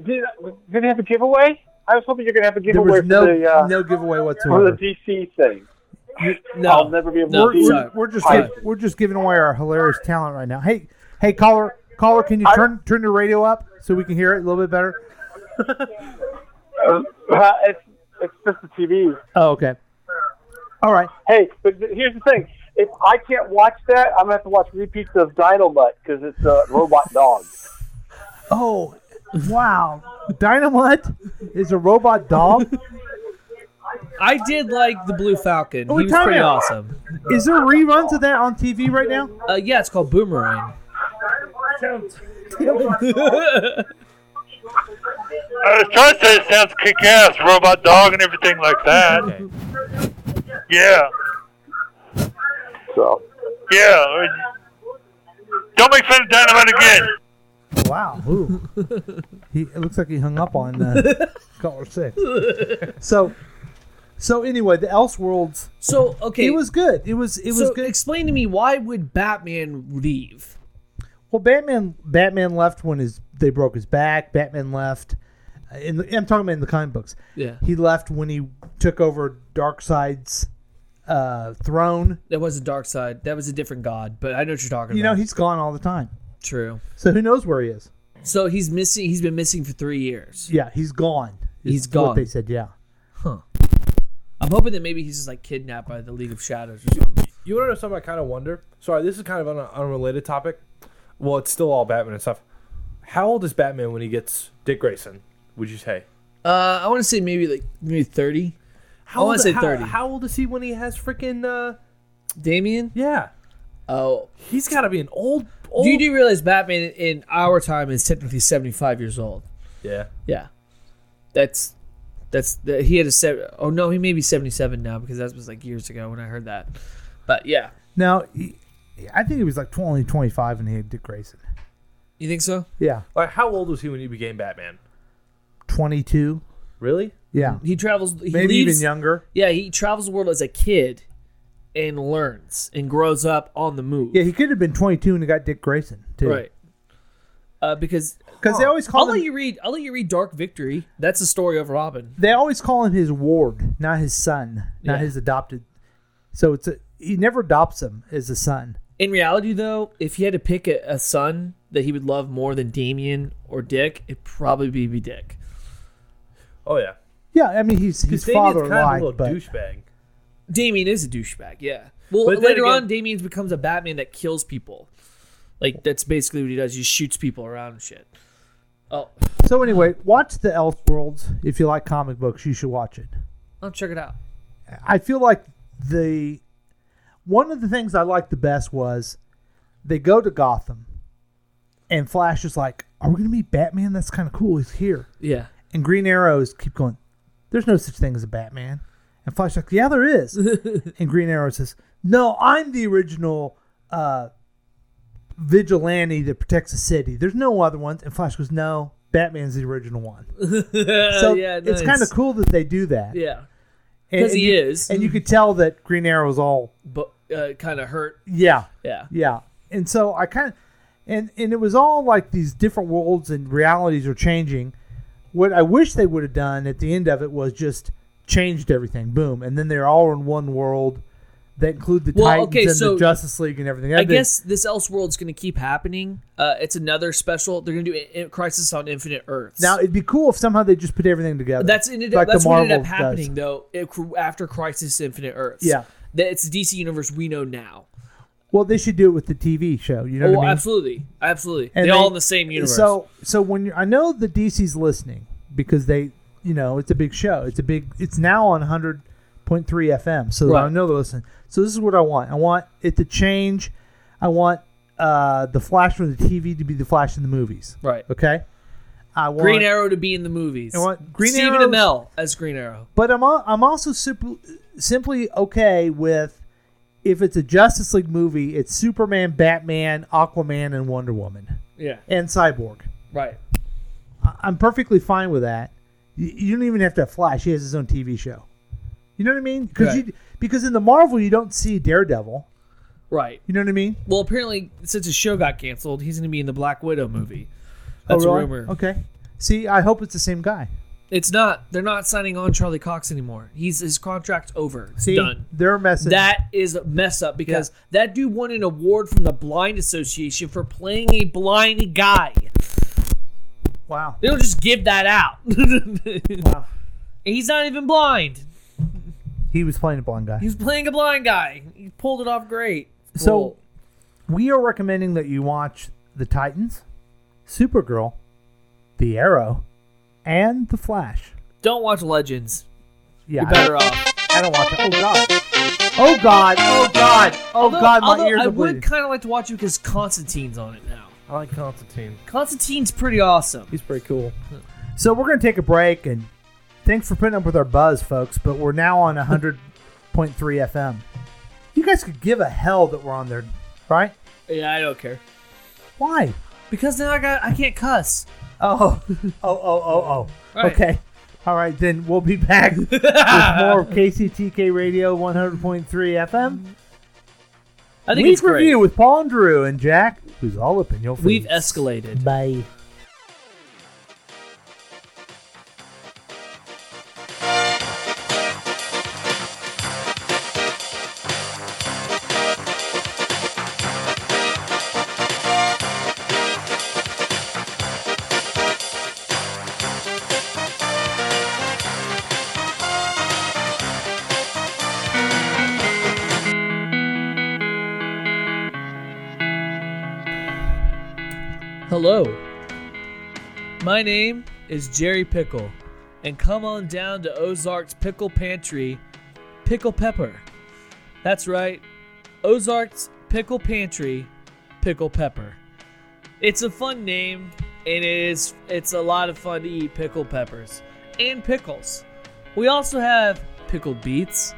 A: Did uh, did they have a giveaway? I was hoping you're gonna have a
F: there
A: giveaway
F: was no
A: for the uh,
F: no giveaway
A: for
F: whatsoever.
A: the DC thing.
G: No,
A: I'll never be able
F: we're,
A: to. see
F: we're,
A: it.
F: we're just
A: I-
F: giv we're just giving away our hilarious talent right now. Hey, hey, caller, caller, can you turn turn the radio up so we can hear it a little bit better?
A: Uh, uh, it's it's just the TV.
F: Oh, okay. All right.
A: Hey, but th- here's the thing: if I can't watch that, I'm gonna have to watch repeats of Dynamite because it's a robot dog.
F: Oh, wow. Dynamite is a robot dog.
G: I did like the Blue Falcon.
F: Oh,
G: he was
F: time
G: pretty
F: out.
G: awesome.
F: Is there reruns of that on TV right now?
G: Uh, yeah, it's called Boomerang.
I: I was trying to say it sounds kick ass, robot dog and everything like that. Yeah.
A: So.
I: Yeah. or- Don't make fun of Dynamite again.
F: Wow. Ooh. he it looks like he hung up on uh, caller six. So, so anyway, the Elseworlds.
G: So okay,
F: It was good. It was it was
G: so
F: good.
G: Explain to me why would Batman leave?
F: Well, Batman Batman left when his they broke his back. Batman left. uh, In the, I'm talking about in the comic books.
G: Yeah.
F: He left when he took over Darkseid's uh, throne.
G: That was a dark side. That was a different god. But I know what you're talking
F: You know,
G: about.
F: he's gone all the time.
G: true.
F: So who knows where he is?
G: So he's missing. He's been missing for three years.
F: Yeah, he's gone. is
G: He's
F: what
G: gone.
F: they said, yeah.
G: Huh. I'm hoping that maybe he's just like kidnapped by the League of Shadows or something.
H: You want to know something I kind of wonder? Sorry, this is kind of an unrelated topic. Well, it's still all Batman and stuff. How old is Batman when he gets Dick Grayson? Would you say?
G: Uh, I want to say maybe like maybe thirty. I want to say
H: how,
G: thirty.
H: How old is he when he has freaking? Uh,
G: Damien?
H: yeah,
G: Oh,
H: he's got to be an old. old
G: do you do realize Batman in our time is technically 75 years old?
H: yeah,
G: Yeah, that's that's that he had a seven. Oh no, he may be 77 now because that was like years ago when I heard that. But yeah,
F: Now, he, I think he was like 20, 25 when he had Dick Grayson.
G: you think so?
F: Yeah,
H: like how old was he when he became Batman?
F: 22.
H: Really?
F: Yeah.
G: He travels. He
F: Maybe
G: leaves-
F: even younger.
G: Yeah, he travels the world as a kid and learns and grows up on the move.
F: Yeah, he could have been 22 and he got Dick Grayson, too.
G: Right. Uh, because
F: 'Cause they always call
G: I'll let
F: them-
G: you read. I'll let you read Dark Victory. That's the story of Robin.
F: They always call him his ward, not his son,
G: Yeah.
F: not his adopted. So it's a, he never adopts him as a son.
G: In reality, though, if he had to pick a, a son that he would love more than Damien or Dick, it'd probably be, be Dick.
H: Oh yeah,
F: Yeah, I mean he's he's
H: because Damien's kind of a
F: father-like,
H: little
F: but
H: douchebag.
G: Damien is a douchebag. Yeah. Well,
H: But then
G: later
H: again-
G: on, Damien becomes a Batman that kills people. Like that's basically what he does. He shoots people around and shit. Oh,
F: so anyway, watch the Elseworlds if you like comic books. You should watch it.
G: I'll check it out.
F: I feel like the one of the things I liked the best was they go to Gotham, and Flash is like, "Are we gonna meet Batman? That's kind of cool. He's here."
G: Yeah.
F: And Green Arrows keep going. There's no such thing as a Batman. And Flash like, yeah, there is. and Green Arrow says, no, I'm the original uh, vigilante that protects the city. There's no other ones. And Flash goes, no, Batman's the original one. So
G: Oh, yeah,
F: it's kind of
G: nice.
F: cool that they do that.
G: Yeah.
F: And-
G: 'Cause
F: and
G: he
F: you-
G: is.
F: And you could tell that Green Arrow's all,
G: But uh, kind of hurt.
F: yeah,
G: Yeah.
F: yeah. And so I kind of, and and it was all like these different worlds and realities are changing. What I wish they would have done at the end of it was just changed everything, boom, and then they're all in one world that include the
G: Well,
F: Titans
G: okay,
F: and
G: so
F: the Justice League and everything.
G: I
F: That'd been-
G: guess this Elseworld's going to keep happening. Uh, it's another special. They're going to do a- a Crisis on Infinite Earths.
F: now it'd be cool if somehow they just put everything together.
G: that's ended up,
F: like
G: that's
F: the
G: what
F: Marvel
G: ended up
F: does.
G: happening though it- after Crisis Infinite Earths.
F: Yeah.
G: that it's the DC universe we know now.
F: Well, they should do it with the TV show. You know
G: oh,
F: what I mean?
G: absolutely, absolutely.
F: And
G: They're all in the same universe.
F: So, so when you're, I know the DC's listening because they, you know, it's a big show. It's a big. It's now on hundred point three FM, so I
G: Right.
F: know they're listening. So this is what I want. I want it to change. I want uh, the Flash from the TV to be the Flash in the movies.
G: Right.
F: Okay. I want
G: Green Arrow to be in the movies.
F: I want Green
G: Stephen
F: Arrow-
G: Amell as Green Arrow.
F: But I'm al- I'm also simply simply okay with if it's a Justice League movie, it's Superman, Batman, Aquaman, and Wonder Woman,
G: Yeah.
F: and Cyborg.
G: Right.
F: I- I'm perfectly fine with that. You, you don't even have to have Flash. He has his own TV show. You know what I mean? Because
G: Right.
F: you because in the Marvel you don't see Daredevil.
G: Right.
F: You know what I mean?
G: Well, apparently, since his show got canceled, he's going to be in the Black Widow movie. That's
F: Oh,
G: a
F: really?
G: rumor.
F: Okay. See, I hope it's the same guy.
G: It's not. They're not signing on Charlie Cox anymore. He's his contract's over. It's
F: See,
G: done.
F: they're messing.
G: That is a mess up because that dude won an award from the Blind Association for playing a blind guy.
F: Wow.
G: They don't just give that out. wow. He's not even blind.
F: he was playing a blind guy.
G: He's playing a blind guy. He pulled it off great.
F: So
G: Well,
F: we are recommending that you watch The Titans, Supergirl, The Arrow, and The Flash.
G: don't watch Legends.
F: Yeah,
G: You're better uh, off.
F: I don't watch it. Oh god. Oh god. Oh god. Oh
G: Although-
F: god, my
G: although
F: ears
G: I
F: are
G: would
F: bleeding.
G: kind of like to watch it because Constantine's on it now.
D: I like Constantine.
G: Constantine's pretty awesome.
D: He's pretty cool.
F: So we're going to take a break and thanks for putting up with our buzz folks, but we're now on 100.3 FM. You guys could give a hell that we're on there, right?
G: Yeah, I don't care.
F: Why?
G: Because now I got I can't cuss.
F: Oh. Oh, oh, oh, oh.
G: Right.
F: Okay. All right, then we'll be back with more of KCTK Radio 100.3 FM.
G: I think
F: Week
G: it's great.
F: review with Paul and Drew and Jack, who's all up in your face.
G: We've escalated.
F: Bye.
G: Hello. My name is Jerry Pickle, and come on down to Ozark's Pickle Pantry, Pickle Pepper. That's right, Ozark's Pickle Pantry, Pickle Pepper. It's a fun name, and it is it's a lot of fun to eat pickle peppers and pickles. We also have pickled beets,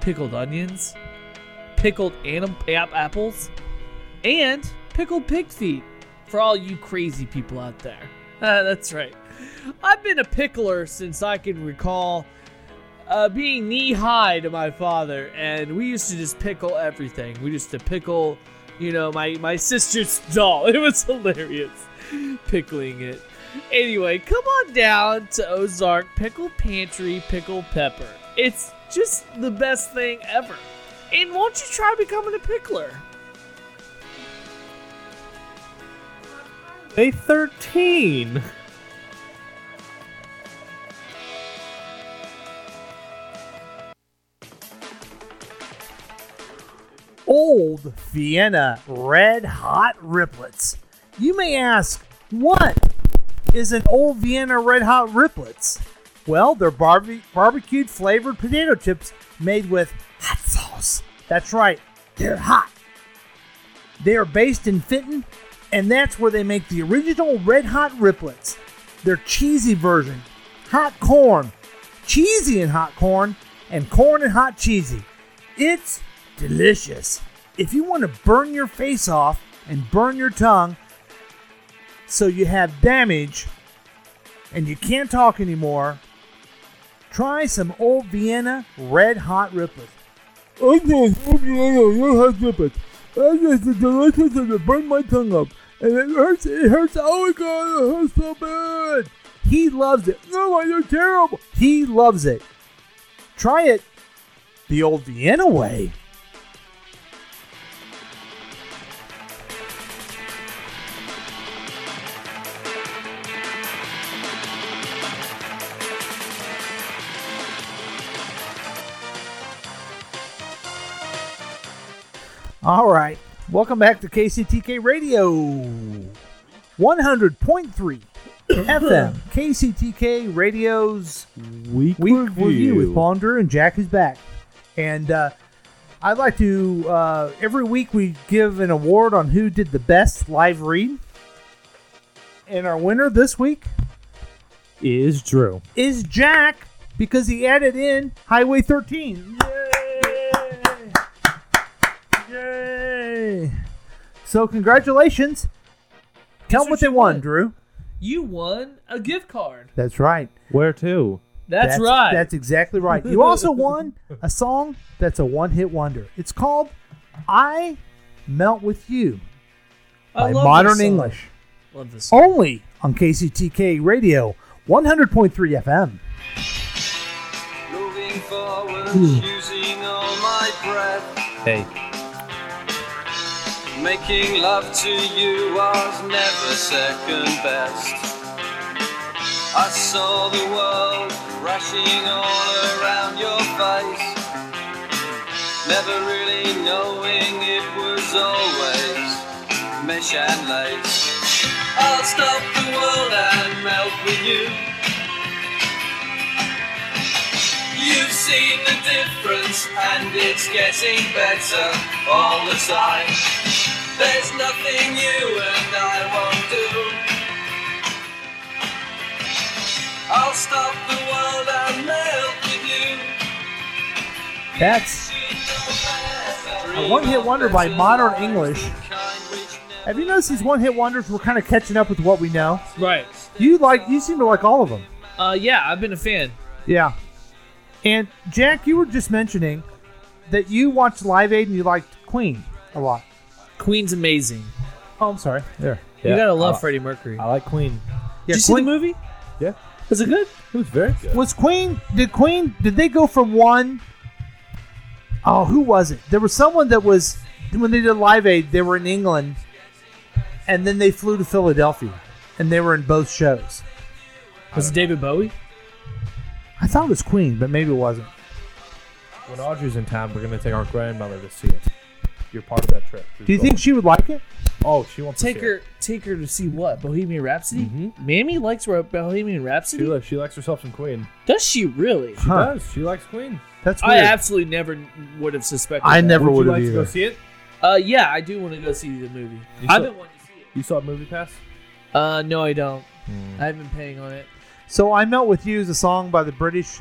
G: pickled onions, pickled anim- ap- apples, and pickled pig feet for all you crazy people out there. Ah, that's right. I've been a pickler since I can recall uh, being knee high to my father, and we used to just pickle everything. We used to pickle, you know, my, my sister's doll. It was hilarious pickling it. Anyway, come on down to Ozark Pickle Pantry Pickle Pepper. It's just the best thing ever. And won't you try becoming a pickler?
D: A 13.
F: Old Vienna Red Hot Riplets. You may ask, what is an Old Vienna Red Hot Riplets? Well, they're barbe- barbecued flavored potato chips made with hot sauce. That's right, they're hot. They are based in Fenton, and that's where they make the original Red Hot Riplets. Their cheesy version, hot corn, cheesy and hot corn, and corn and hot cheesy. It's delicious. If you want to burn your face off and burn your tongue so you have damage and you can't talk anymore, try some old Vienna Red Hot Riplets. Oh, yes, oh, Vienna Red Hot Riplets. Oh, yes, it's delicious and it burned my tongue up. And it hurts, it hurts. Oh, my God, it hurts so bad. He loves it. No, I do terrible. He loves it. Try it the old Vienna way. All right. Welcome back to KCTK Radio 100.3 FM. KCTK Radio's week, review. with Ponder and Jack is back. And uh, I'd like to, uh, every week we give an award on who did the best live read. And our winner this week
D: Is Drew.
F: is Jack because he added in Highway 13. Yay! Yay! So congratulations. Tell them what they won, Drew.
G: You won a gift card.
F: That's right.
D: Where to?
G: That's right.
F: That's exactly right. You also won a song that's a one-hit wonder. It's called "I Melt with You" by
G: I love
F: Modern
G: this song.
F: English.
G: Love this.
F: Only on KCTK Radio 100.3 FM.
K: Moving forward,
F: Ooh.
K: using all my breath.
D: Hey.
K: Making love to you was never second best. I saw the world rushing all around your face. Never really knowing it was always mesh and lace. I'll stop the world and melt with you. You've seen the difference, and it's getting better all the time. There's nothing you and I won't do. I'll stop the world and melt with you.
F: That's a one-hit wonder by Modern English. Have you noticed these one-hit wonders? We're kind of catching up with what we know.
G: Right.
F: You like? You seem to like all of them.
G: Uh, yeah, I've been a fan.
F: Yeah. And Jack, you were just mentioning that you watched Live Aid and you liked Queen a lot.
G: Queen's amazing.
F: Oh, I'm sorry.
D: There.
G: You
D: Yeah,
G: gotta love
D: I-
G: Freddie Mercury.
F: uh,
D: I like Queen.
G: Did you see the movie?
D: Yeah.
G: Was it good?
D: It was very good.
F: Was Queen? Did Queen? Did they go from one oh who was it? There was someone that was when they did Live Aid. They were in England, and then they flew to Philadelphia, and they were in both shows.
G: Was it David Bowie?
F: I thought it was Queen, but maybe it wasn't.
D: When Audrey's in town, we're gonna take our grandmother to see it. You're part of that trip.
F: Do you think she would like it?
D: Oh, she wants
G: Take
D: to see it.
G: her, take her to see what Bohemian Rhapsody. Mammy likes Ro- Bohemian
D: She,
G: Rhapsody.
D: li- she likes herself some Queen.
G: Does she really?
D: She
F: Huh.
D: does. She likes Queen.
F: That's
G: I
F: weird.
G: absolutely never would have suspected.
F: I
G: that.
F: never
D: Would
F: would
D: you
F: have
D: like to go
F: either.
D: see it?
G: Uh, yeah, I do want to go see the movie.
D: You
G: I've
D: saw-
G: been wanting to see
D: You saw Movie Pass?
G: it. Uh, no, I don't. I've been paying on it.
F: So I Melt With You is a song by the British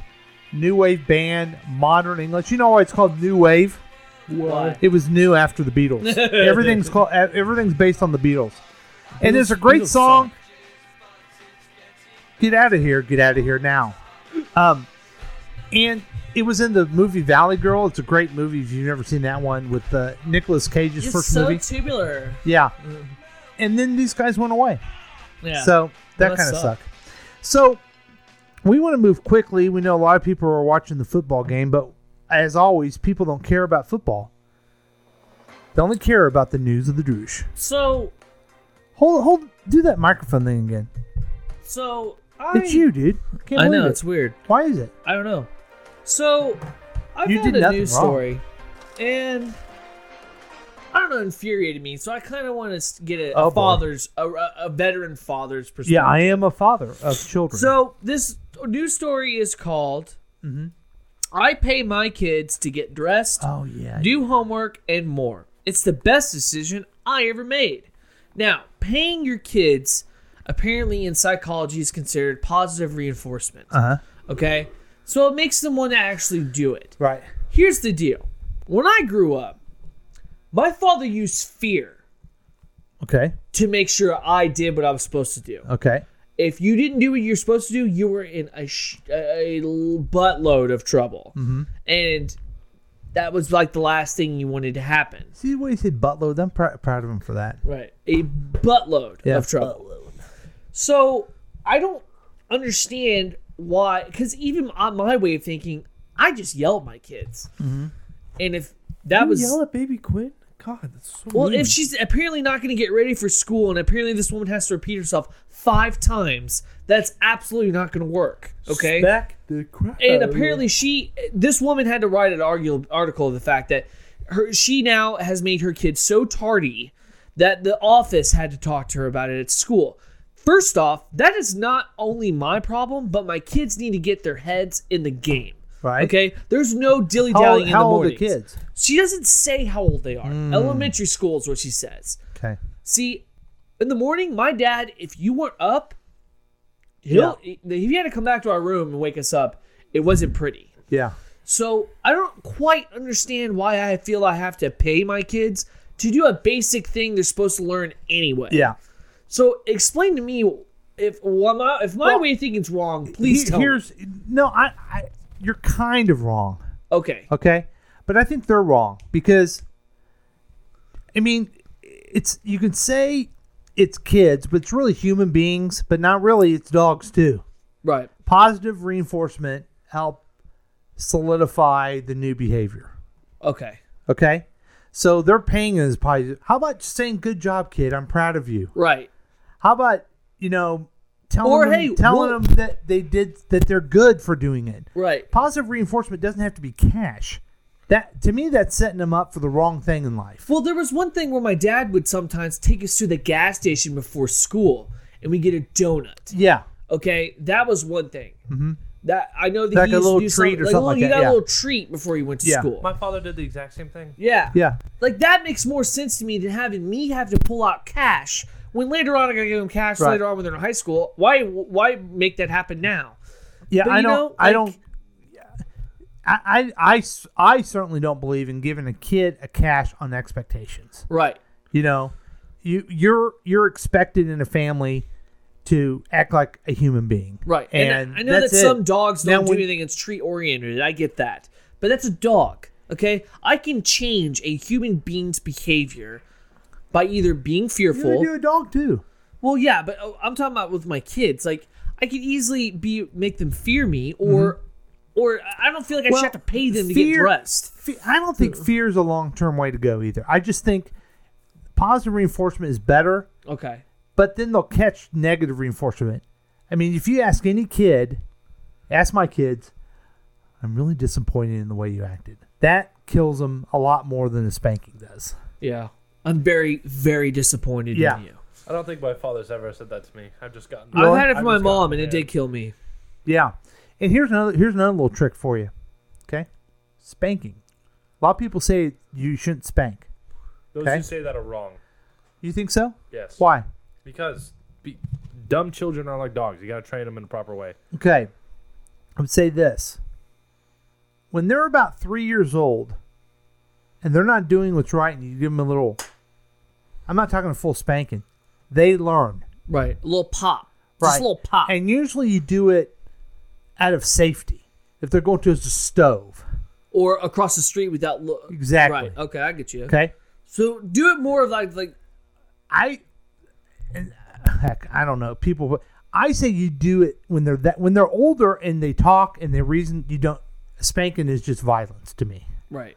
F: new wave band Modern English. You know why it's called new wave?
G: Why?
F: It was new after the Beatles. everything's called e, everything's based on the Beatles. And there's a great
D: Beatles
F: song. Get out of here, get out of here now. Um and it was in the movie Valley Girl. It's a great movie if you've never seen that one with uh, Nicolas Cage's
G: It's
F: first
G: so
F: movie.
G: tubular.
F: yeah. And then these guys went away.
G: Yeah.
F: So that
G: must
F: kind of
G: suck.
F: sucked. So we want to move quickly. We know a lot of people are watching the football game, but as always, people don't care about football. They only care about the news of the douche.
G: So,
F: Hold, hold, do that microphone thing again.
G: so I.
F: It's you, dude. Can't
G: I
F: believe
G: know
F: it.
G: it's weird.
F: Why is it?
G: I don't know. So I
F: You
G: found
F: did
G: a
F: nothing
G: news
F: wrong.
G: story, and I don't know, infuriated me. So I kind of want to get a, a
F: Oh, boy.
G: father's, a, a veteran father's perspective.
F: Yeah, I am a father of children.
G: So this news story is called "I Pay My Kids to Get Dressed,
F: Mm-hmm. oh yeah,
G: Do Homework, and More." It's the best decision I ever made. Now, paying your kids apparently in psychology is considered positive reinforcement.
F: uh huh.
G: Okay? So it makes them want to actually do it.
F: Right.
G: Here's the deal. When I grew up, my father used fear
F: Okay.
G: to make sure I did what I was supposed to do.
F: Okay.
G: If you didn't do what you're supposed to do, you were in a, sh- a l- buttload of trouble.
F: Mhm.
G: And that was like the last thing you wanted to happen.
F: See what he said, buttload. I'm pr- proud of him for that.
G: Right. A buttload
F: Yeah,
G: of trouble. So I don't understand why, because even on my way of thinking, I just yell at my kids.
F: Mhm.
G: And if that was.
D: Mm-hmm. yell at baby Quinn? God, that's so
G: Well,
D: mean.
G: if she's apparently not going to get ready for school, and apparently this woman has to repeat herself five times, that's absolutely not going to work. Okay.
D: Smack the crap
G: and
F: Oh,
D: out of her.
G: apparently she, this woman had to write an argu- article of the fact that her she now has made her kid so tardy that the office had to talk to her about it at school. First off, that is not only my problem, but my kids need to get their heads in the game.
F: Right.
G: Okay. There's no dilly
F: How-
G: dallying in the
F: Oh, how old are
G: morning.
F: the kids?
G: She doesn't say how old they are.
F: Mm.
G: Elementary school is what she says.
F: Okay.
G: See, in the morning, my dad, if you weren't up, he'll if he had to come back to our room and wake us up, it wasn't pretty.
F: Yeah.
G: So I don't quite understand why I feel I have to pay my kids to do a basic thing they're supposed to learn anyway.
F: Yeah.
G: So explain to me if well, my, if my way of thinking's wrong, please
F: He-
G: tell
F: here's
G: me.
F: no, I, I you're kind of wrong.
G: Okay.
F: Okay. But I think they're wrong because I mean, it's you can say it's kids, but it's really human beings, but not really, it's dogs too.
G: Right.
F: Positive reinforcement help solidify the new behavior.
G: Okay.
F: Okay? So they're paying as positive. How about just saying good job, kid? I'm proud of you.
G: Right.
F: How about, you know, telling
G: Or,
F: them,
G: hey,
F: telling
G: we'll-
F: them that they did that they're good for doing it.
G: Right.
F: Positive reinforcement doesn't have to be cash. That to me that's setting them up for the wrong thing in life.
G: Well, there was one thing where my dad would sometimes take us to the gas station before school, and we get a donut.
F: Yeah.
G: Okay, that was one thing.
F: Mm-hmm.
G: That I know that he
F: Like a
G: used to
F: little
G: do
F: treat or
G: like a
F: something like
G: little- You
F: that,
G: got
F: yeah.
G: a little treat before you went to
F: Yeah.
G: school.
D: My father did the exact same thing.
G: Yeah.
F: Yeah.
G: Like that makes more sense to me than having me have to pull out cash when later on I'm gonna give them cash
F: Right.
G: later on when they're in high school. Why why make that happen now?
F: Yeah,
G: But
F: I
G: you
F: don't.
G: know,
F: I don't. I, I, I s- I certainly don't believe in giving a kid a cash on expectations.
G: Right.
F: You know, you you're you're expected in a family to act like a human being.
G: Right.
F: And,
G: And, I I know that
F: that's it.
G: some dogs
F: Now
G: don't do
F: when-
G: anything that's treat oriented. I get that. But that's a dog. Okay? I can change a human being's behavior by either being
F: You can
G: fearful.
F: do a dog too.
G: Well, yeah, but oh, I'm talking about with my kids. Like I could easily be make them fear me or or I don't feel like I
F: Mm-hmm. Well,
G: should have to pay them to get
F: fear-
G: dressed.
F: Fe- I don't think fear is a long term way to go either. I just think positive reinforcement is better
G: Okay.
F: but then they'll catch negative reinforcement. I mean, if you ask any kid, ask my kids, I'm really disappointed in the way you acted. That kills them a lot more than a spanking does.
G: Yeah. I'm very, very disappointed
F: Yeah.
G: in you.
D: I don't think my father's ever said that to me. I've just gotten.
G: I've had it from my
D: just
G: mom,
D: gotten
G: and it did kill me.
F: Yeah. And here's another here's another little trick for you. Okay? Spanking. A lot of people say you shouldn't spank.
D: Those
F: Okay.
D: who say that are wrong
F: You think so?
D: Yes.
F: Why?
D: because be, dumb children are like dogs. You got to train them in the proper way.
F: Okay. I would say this. When they're about three years old and they're not doing what's right and you give them a little, I'm not talking a full spanking, they learn.
G: Right. A little pop. Just a little pop.
F: And usually you do it out of safety. If they're going to a stove.
G: Or across the street without look.
F: Exactly.
G: Right. Okay, I get you.
F: Okay.
G: So do it more of like like
F: I Heck, I don't know. People, I say you do it when they're that when they're older and they talk and they reason. You don't spanking is just violence to me.
G: right.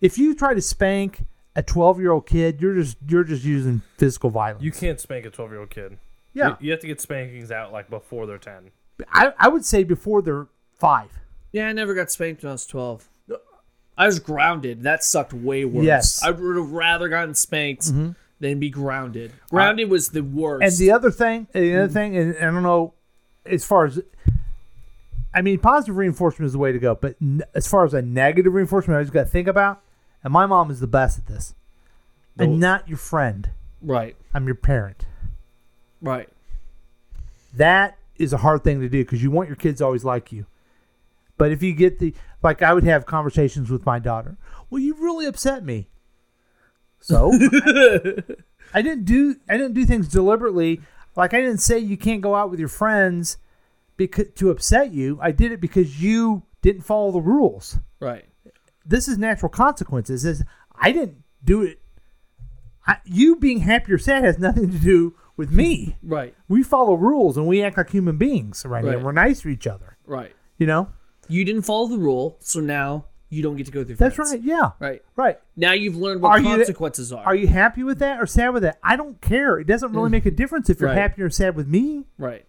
F: if you try to spank a 12 year old kid you're just you're just using physical violence
D: You can't spank a twelve year old kid.
F: Yeah.
D: You, you have to get spankings out like before they're ten.
F: I, I would say before they're five
G: Yeah, I never got spanked when I was twelve. I was grounded. That sucked way worse.
F: Yes.
G: I would have rather gotten spanked
F: Mhm.
G: than be grounded. Grounded was the worst.
F: and the other thing and the other thing and i don't know as far as i mean positive reinforcement is the way to go but n- as far as a negative reinforcement i just got to think about and my mom is the best at this i'm not your friend
G: right.
F: i'm your parent
G: Right.
F: that is a hard thing to do because you want your kids to always like you. But if you get the like, I would have conversations with my daughter. Well, you really upset me. So I, I didn't do I didn't do things deliberately. Like I didn't say you can't go out with your friends because to upset you. I did it because you didn't follow the rules.
G: Right.
F: This is natural consequences. Is I didn't do it. I, you being happy or sad has nothing to do with me
G: Right.
F: we follow rules and we act like human beings around here.
G: Right.
F: We're nice to each other.
G: Right.
F: You know?
G: You didn't follow the rule, so now you don't get to go through.
F: That's
G: friends.
F: right. Yeah.
G: Right.
F: Right.
G: Now you've learned what
F: Are you-
G: consequences are.
F: Are you happy with that or sad with that? I don't care. It doesn't really make a difference if you're
G: Mm. Right.
F: happy or sad with me.
G: Right.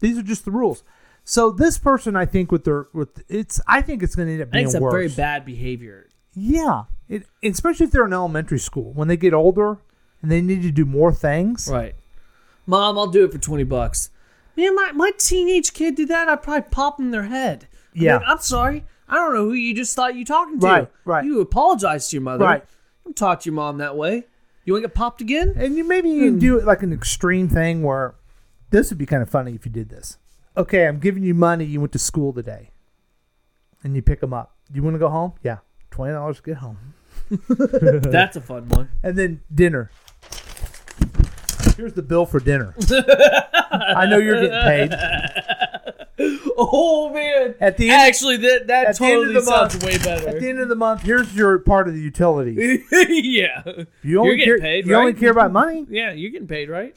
F: These are just the rules. So this person, I think, with their with it's, I think it's going to end up
G: I think
F: being
G: it's a
F: worse.
G: very bad behavior
F: Yeah, it, especially if they're in elementary school. When they get older and they need to do more things.
G: Right. Mom, I'll do it for 20 bucks. Man, my, my teenage kid did that. I probably popped in their head. I
F: Yeah.
G: mean, I'm sorry. I don't know who you just thought you talking to.
F: Right, right.
G: You apologize to your mother.
F: Right.
G: Don't talk to your mom that way. You ain't get popped again?
F: And you maybe
G: Hmm.
F: you can do it like an extreme thing where this would be kind of funny if you did this. Okay, I'm giving you money. You went to school today, and you pick them up. You want to go home? Yeah, twenty dollars to get home.
G: That's a fun one.
F: And then dinner. Here's the bill for dinner. I know you're getting paid.
G: Oh man!
F: At the
G: end, actually, that that
F: At the end of
G: totally
F: the
G: sounds
F: month-
G: way better.
F: At the end of the month, here's your part of the utility.
G: yeah,
F: You only
G: are getting
F: care-
G: paid.
F: you
G: right?
F: only care about money?
G: Yeah, you're getting paid, right?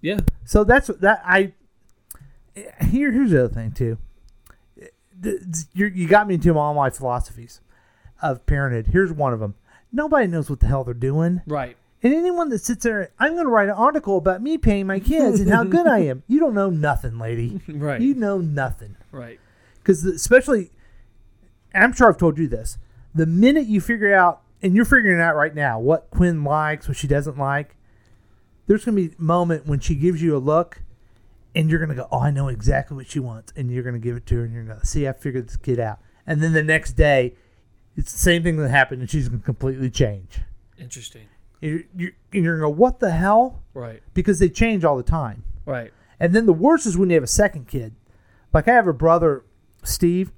G: Yeah.
F: So that's that. I here here's the other thing too. Th- th- You you got me into all my philosophies of parenthood. Here's one of them. Nobody knows what the hell they're doing.
G: Right.
F: And anyone that sits there, I'm going to write an article about me paying my kids and how good I am. You don't know nothing, lady.
G: Right.
F: You know nothing.
G: Right.
F: Because especially, I'm sure I've told you this. The minute you figure out, and you're figuring out right now what Quinn likes, what she doesn't like, there's going to be a moment when she gives you a look, and you're going to go, "Oh, I know exactly what she wants," and you're going to give it to her, and you're going to see, I figured this kid out. And then the next day, it's the same thing that happened, and she's going to completely change.
G: Interesting.
F: And You're, you're, and you're going to go, "What the hell?"
G: Right.
F: Because they change all the time.
G: Right.
F: And then the worst is when you have a second kid. Like I have a brother, Steve.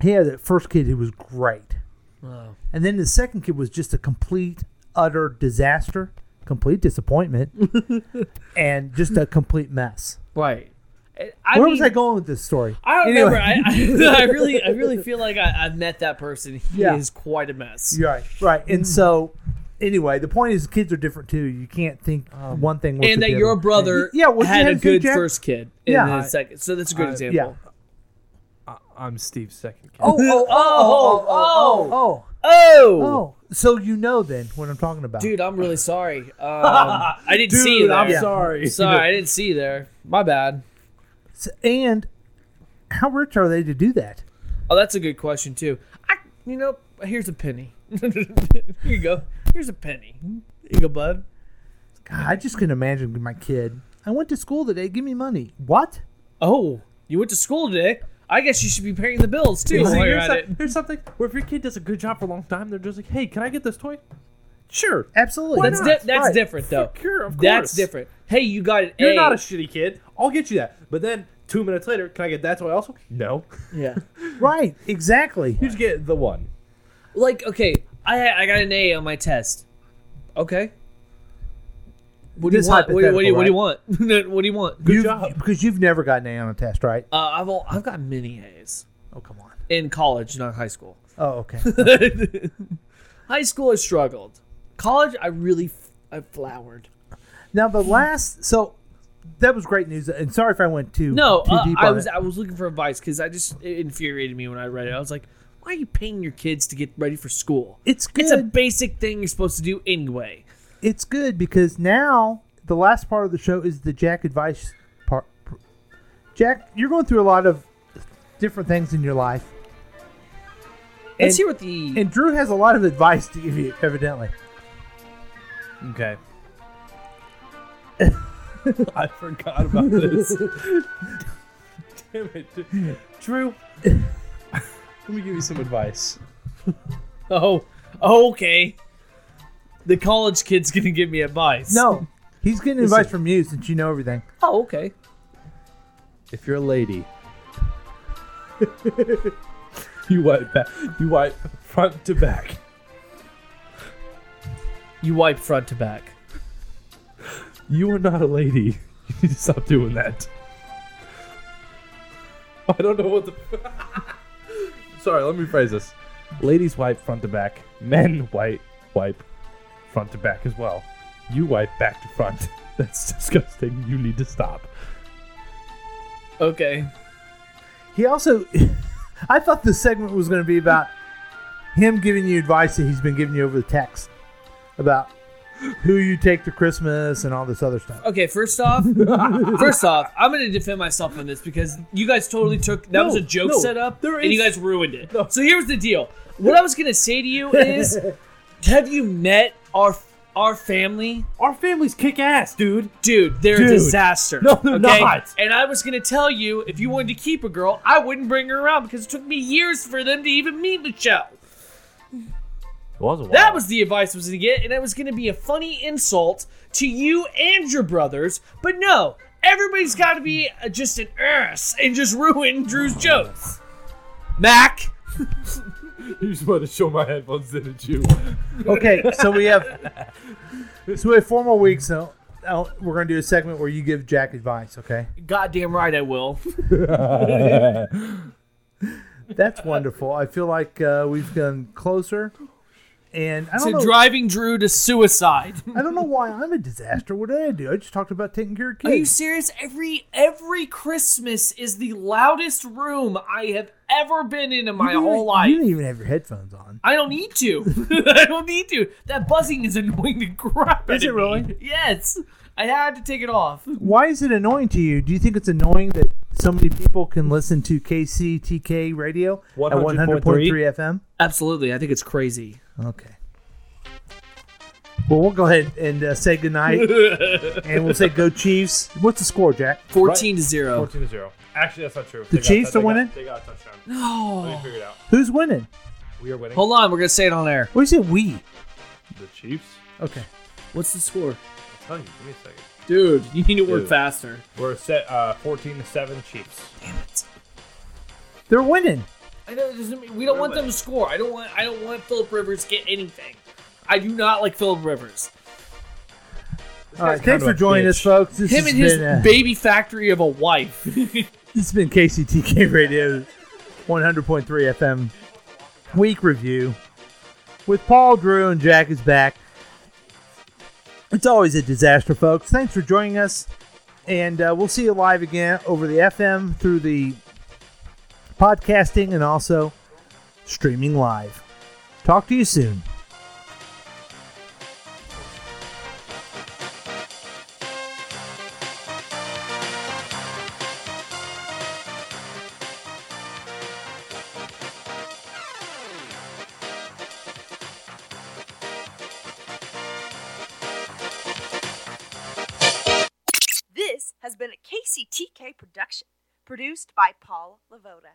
F: He had the first kid who was great.
G: Wow.
F: And then the second kid was just a complete, utter disaster, complete disappointment, and just a complete mess.
G: Right. I
F: Where
G: mean-
F: was I going with this story?
G: I don't
F: Anyway.
G: remember. I, I, I really, I really feel like I, I've met that person. He
F: Yeah.
G: is quite a mess.
F: You're right, right.
G: Mm.
F: And so, anyway, the point is, kids are different too. You can't think one thing. was
G: Um, and
F: the
G: that your
F: other.
G: brother
F: yeah, what you
G: had a
F: to say,
G: good
F: Jack?
G: first kid and
F: Yeah.
G: then a second. So that's a good
F: I-
G: example.
H: I'm Steve's second kid.
F: Oh, oh, oh, oh, oh, oh,
G: oh,
F: oh. So you know then what I'm talking about.
G: Dude, I'm really sorry. Um, I didn't see you
F: Dude,
G: there.
F: I'm sorry.
G: Sorry, I didn't see you there. My bad.
F: S- And how rich are they to do that?
G: Oh, that's a good question too. I, you know, here's a penny. Here you go. Here's a penny. Here you go, bud.
F: God, I just can imagine my kid. I went to school today. Give me money. What?
G: Oh, you went to school today. I guess you should be paying the bills too.
H: See,
G: while you're
H: here's,
G: at
H: some-
G: it.
H: here's something where if your kid does a good job for a long time, they're just like, hey, can I get this toy? Sure.
F: Absolutely.
H: Why
G: That's
H: not?
G: di- that's
H: Right.
G: different though.
H: Sure, of
G: That's
H: course.
G: different. Hey, you got an
H: You're
G: A.
H: not a shitty kid. I'll get you that. But then two minutes later, can I get that toy also? No.
G: yeah.
F: Right. Exactly.
H: You just get the one.
G: Like, okay, I I got an A on my test. Okay. What do you
F: This
G: want? What, do you- what do you, what do you
F: hypothetical,
G: want? what do you want?
F: Good job. Because you've never gotten an A on a test, right?
G: Uh, I've all, I've got many A's.
F: Oh come on.
G: In college, not high school.
F: Oh, okay.
G: high school, I struggled. College, I really f- I flowered.
F: now the last. So that was great news. And sorry if I went too
G: No,
F: too
G: uh,
F: deep
G: I
F: on
G: was
F: it.
G: I was looking for advice because I just it infuriated me when I read it. I was like, why are you paying your kids to get ready for school?
F: It's
G: It's a
F: good.
G: basic thing you're supposed to do anyway.
F: It's good because now the last part of the show is the Jack advice part. Jack, you're going through a lot of different things in your life.
G: Let's
F: And-
G: hear what the
F: And Drew has a lot of advice to give you, evidently.
H: Okay. I forgot about this. Damn it. Drew. Drew. Let me give you some advice.
G: oh, oh, okay. The college kid's gonna give me advice.
F: No, he's getting
G: Listen.
F: advice from you since you know everything.
G: Oh, okay.
H: If you're a lady, you wipe back. You wipe front to back.
G: You wipe front to back.
H: You are not a lady. You need to stop doing that. I don't know what the. Sorry, let me rephrase this. Ladies wipe front to back. Men wipe wipe front to back as well. You wipe back to front. That's disgusting. You need to stop.
G: Okay.
F: He also, I thought this segment was going to be about him giving you advice that he's been giving you over the text about who you take to Christmas and all this other stuff.
G: Okay, first off, first off, I'm going to defend myself on this because you guys totally took that
F: No,
G: was a joke
F: no,
G: set up,
F: there
G: and you
F: is-
G: guys ruined it. So here's the deal. What I was going to say to you is, have you met our our family?
B: Our family's kick ass, dude.
G: Dude, they're
B: Dude.
G: a disaster.
B: No, they're
G: okay?
B: not.
G: And I was going to tell you if you wanted to keep a girl, I wouldn't bring her around because it took me years for them to even meet Michelle.
B: It was a while.
G: That was the advice I was going to get, and it was going to be a funny insult to you and your brothers. But no, everybody's got to be uh, just an ass and just ruin Drew's jokes. Mac,
H: you just wanted to show my headphones, didn't you?
F: Okay, so we have so we have four more weeks. So now we're gonna do a segment where you give Jack advice. Okay,
G: goddamn right I will.
F: that's wonderful. I feel like uh, we've gone closer, and I
G: to
B: Oh.
F: don't know.
G: driving Drew to suicide.
F: I don't know why I'm a disaster. What did I do? I just talked about taking care of
G: Are you
F: kids.
G: serious? Every every Christmas is the loudest room I have ever been in in my
F: didn't-
G: whole life.
F: You didn't even have your headphones on.
G: I don't need to. I don't need to. That buzzing is annoying to crap.
F: Is
G: out
F: it
G: of
F: really?
G: me. Yes. I had to take it off.
F: Why is it annoying to you? Do you think it's annoying that so many people can listen to KCTK radio at 100.3 FM?
G: Absolutely. I think it's crazy.
F: Okay. Well, we'll go ahead and uh, say goodnight. and we'll say go Chiefs. What's the score, Jack?
G: 14 to 0.
H: 14 to 0. Actually, that's not true.
F: The
H: They got-
F: Chiefs
H: they
F: are
H: got-
F: winning?
H: They got a touchdown.
G: No.
H: Let me figure it out.
F: Who's winning?
H: We are winning.
G: Oh. Hold on, we're gonna say it on air.
F: What is it? We.
H: The Chiefs?
F: Okay.
G: What's the score?
H: I'll tell you. Give me a second.
G: Dude, you need to
H: work
G: work faster.
H: We're set uh, 14 to 7 Chiefs.
G: Damn it.
F: They're winning.
G: I know it doesn't mean, we don't want them to score. I don't want I don't want Philip Rivers to get anything. I do not like Philip Rivers.
F: All right.
H: guy's
F: Thanks
H: kind of
F: for
H: a
F: joining
H: bitch.
F: us, folks. This
G: Him
F: has
G: and his
F: been, uh,
G: baby factory of a wife.
F: This has been KCTK Radio 100.3 FM week review with Paul, Drew, and Jack is back. It's always a disaster, folks. Thanks for joining us, and uh, we'll see you live again over the FM through the podcasting and also streaming live. Talk to you soon.
C: This has been a KCTK production, produced by Paul Lavoda.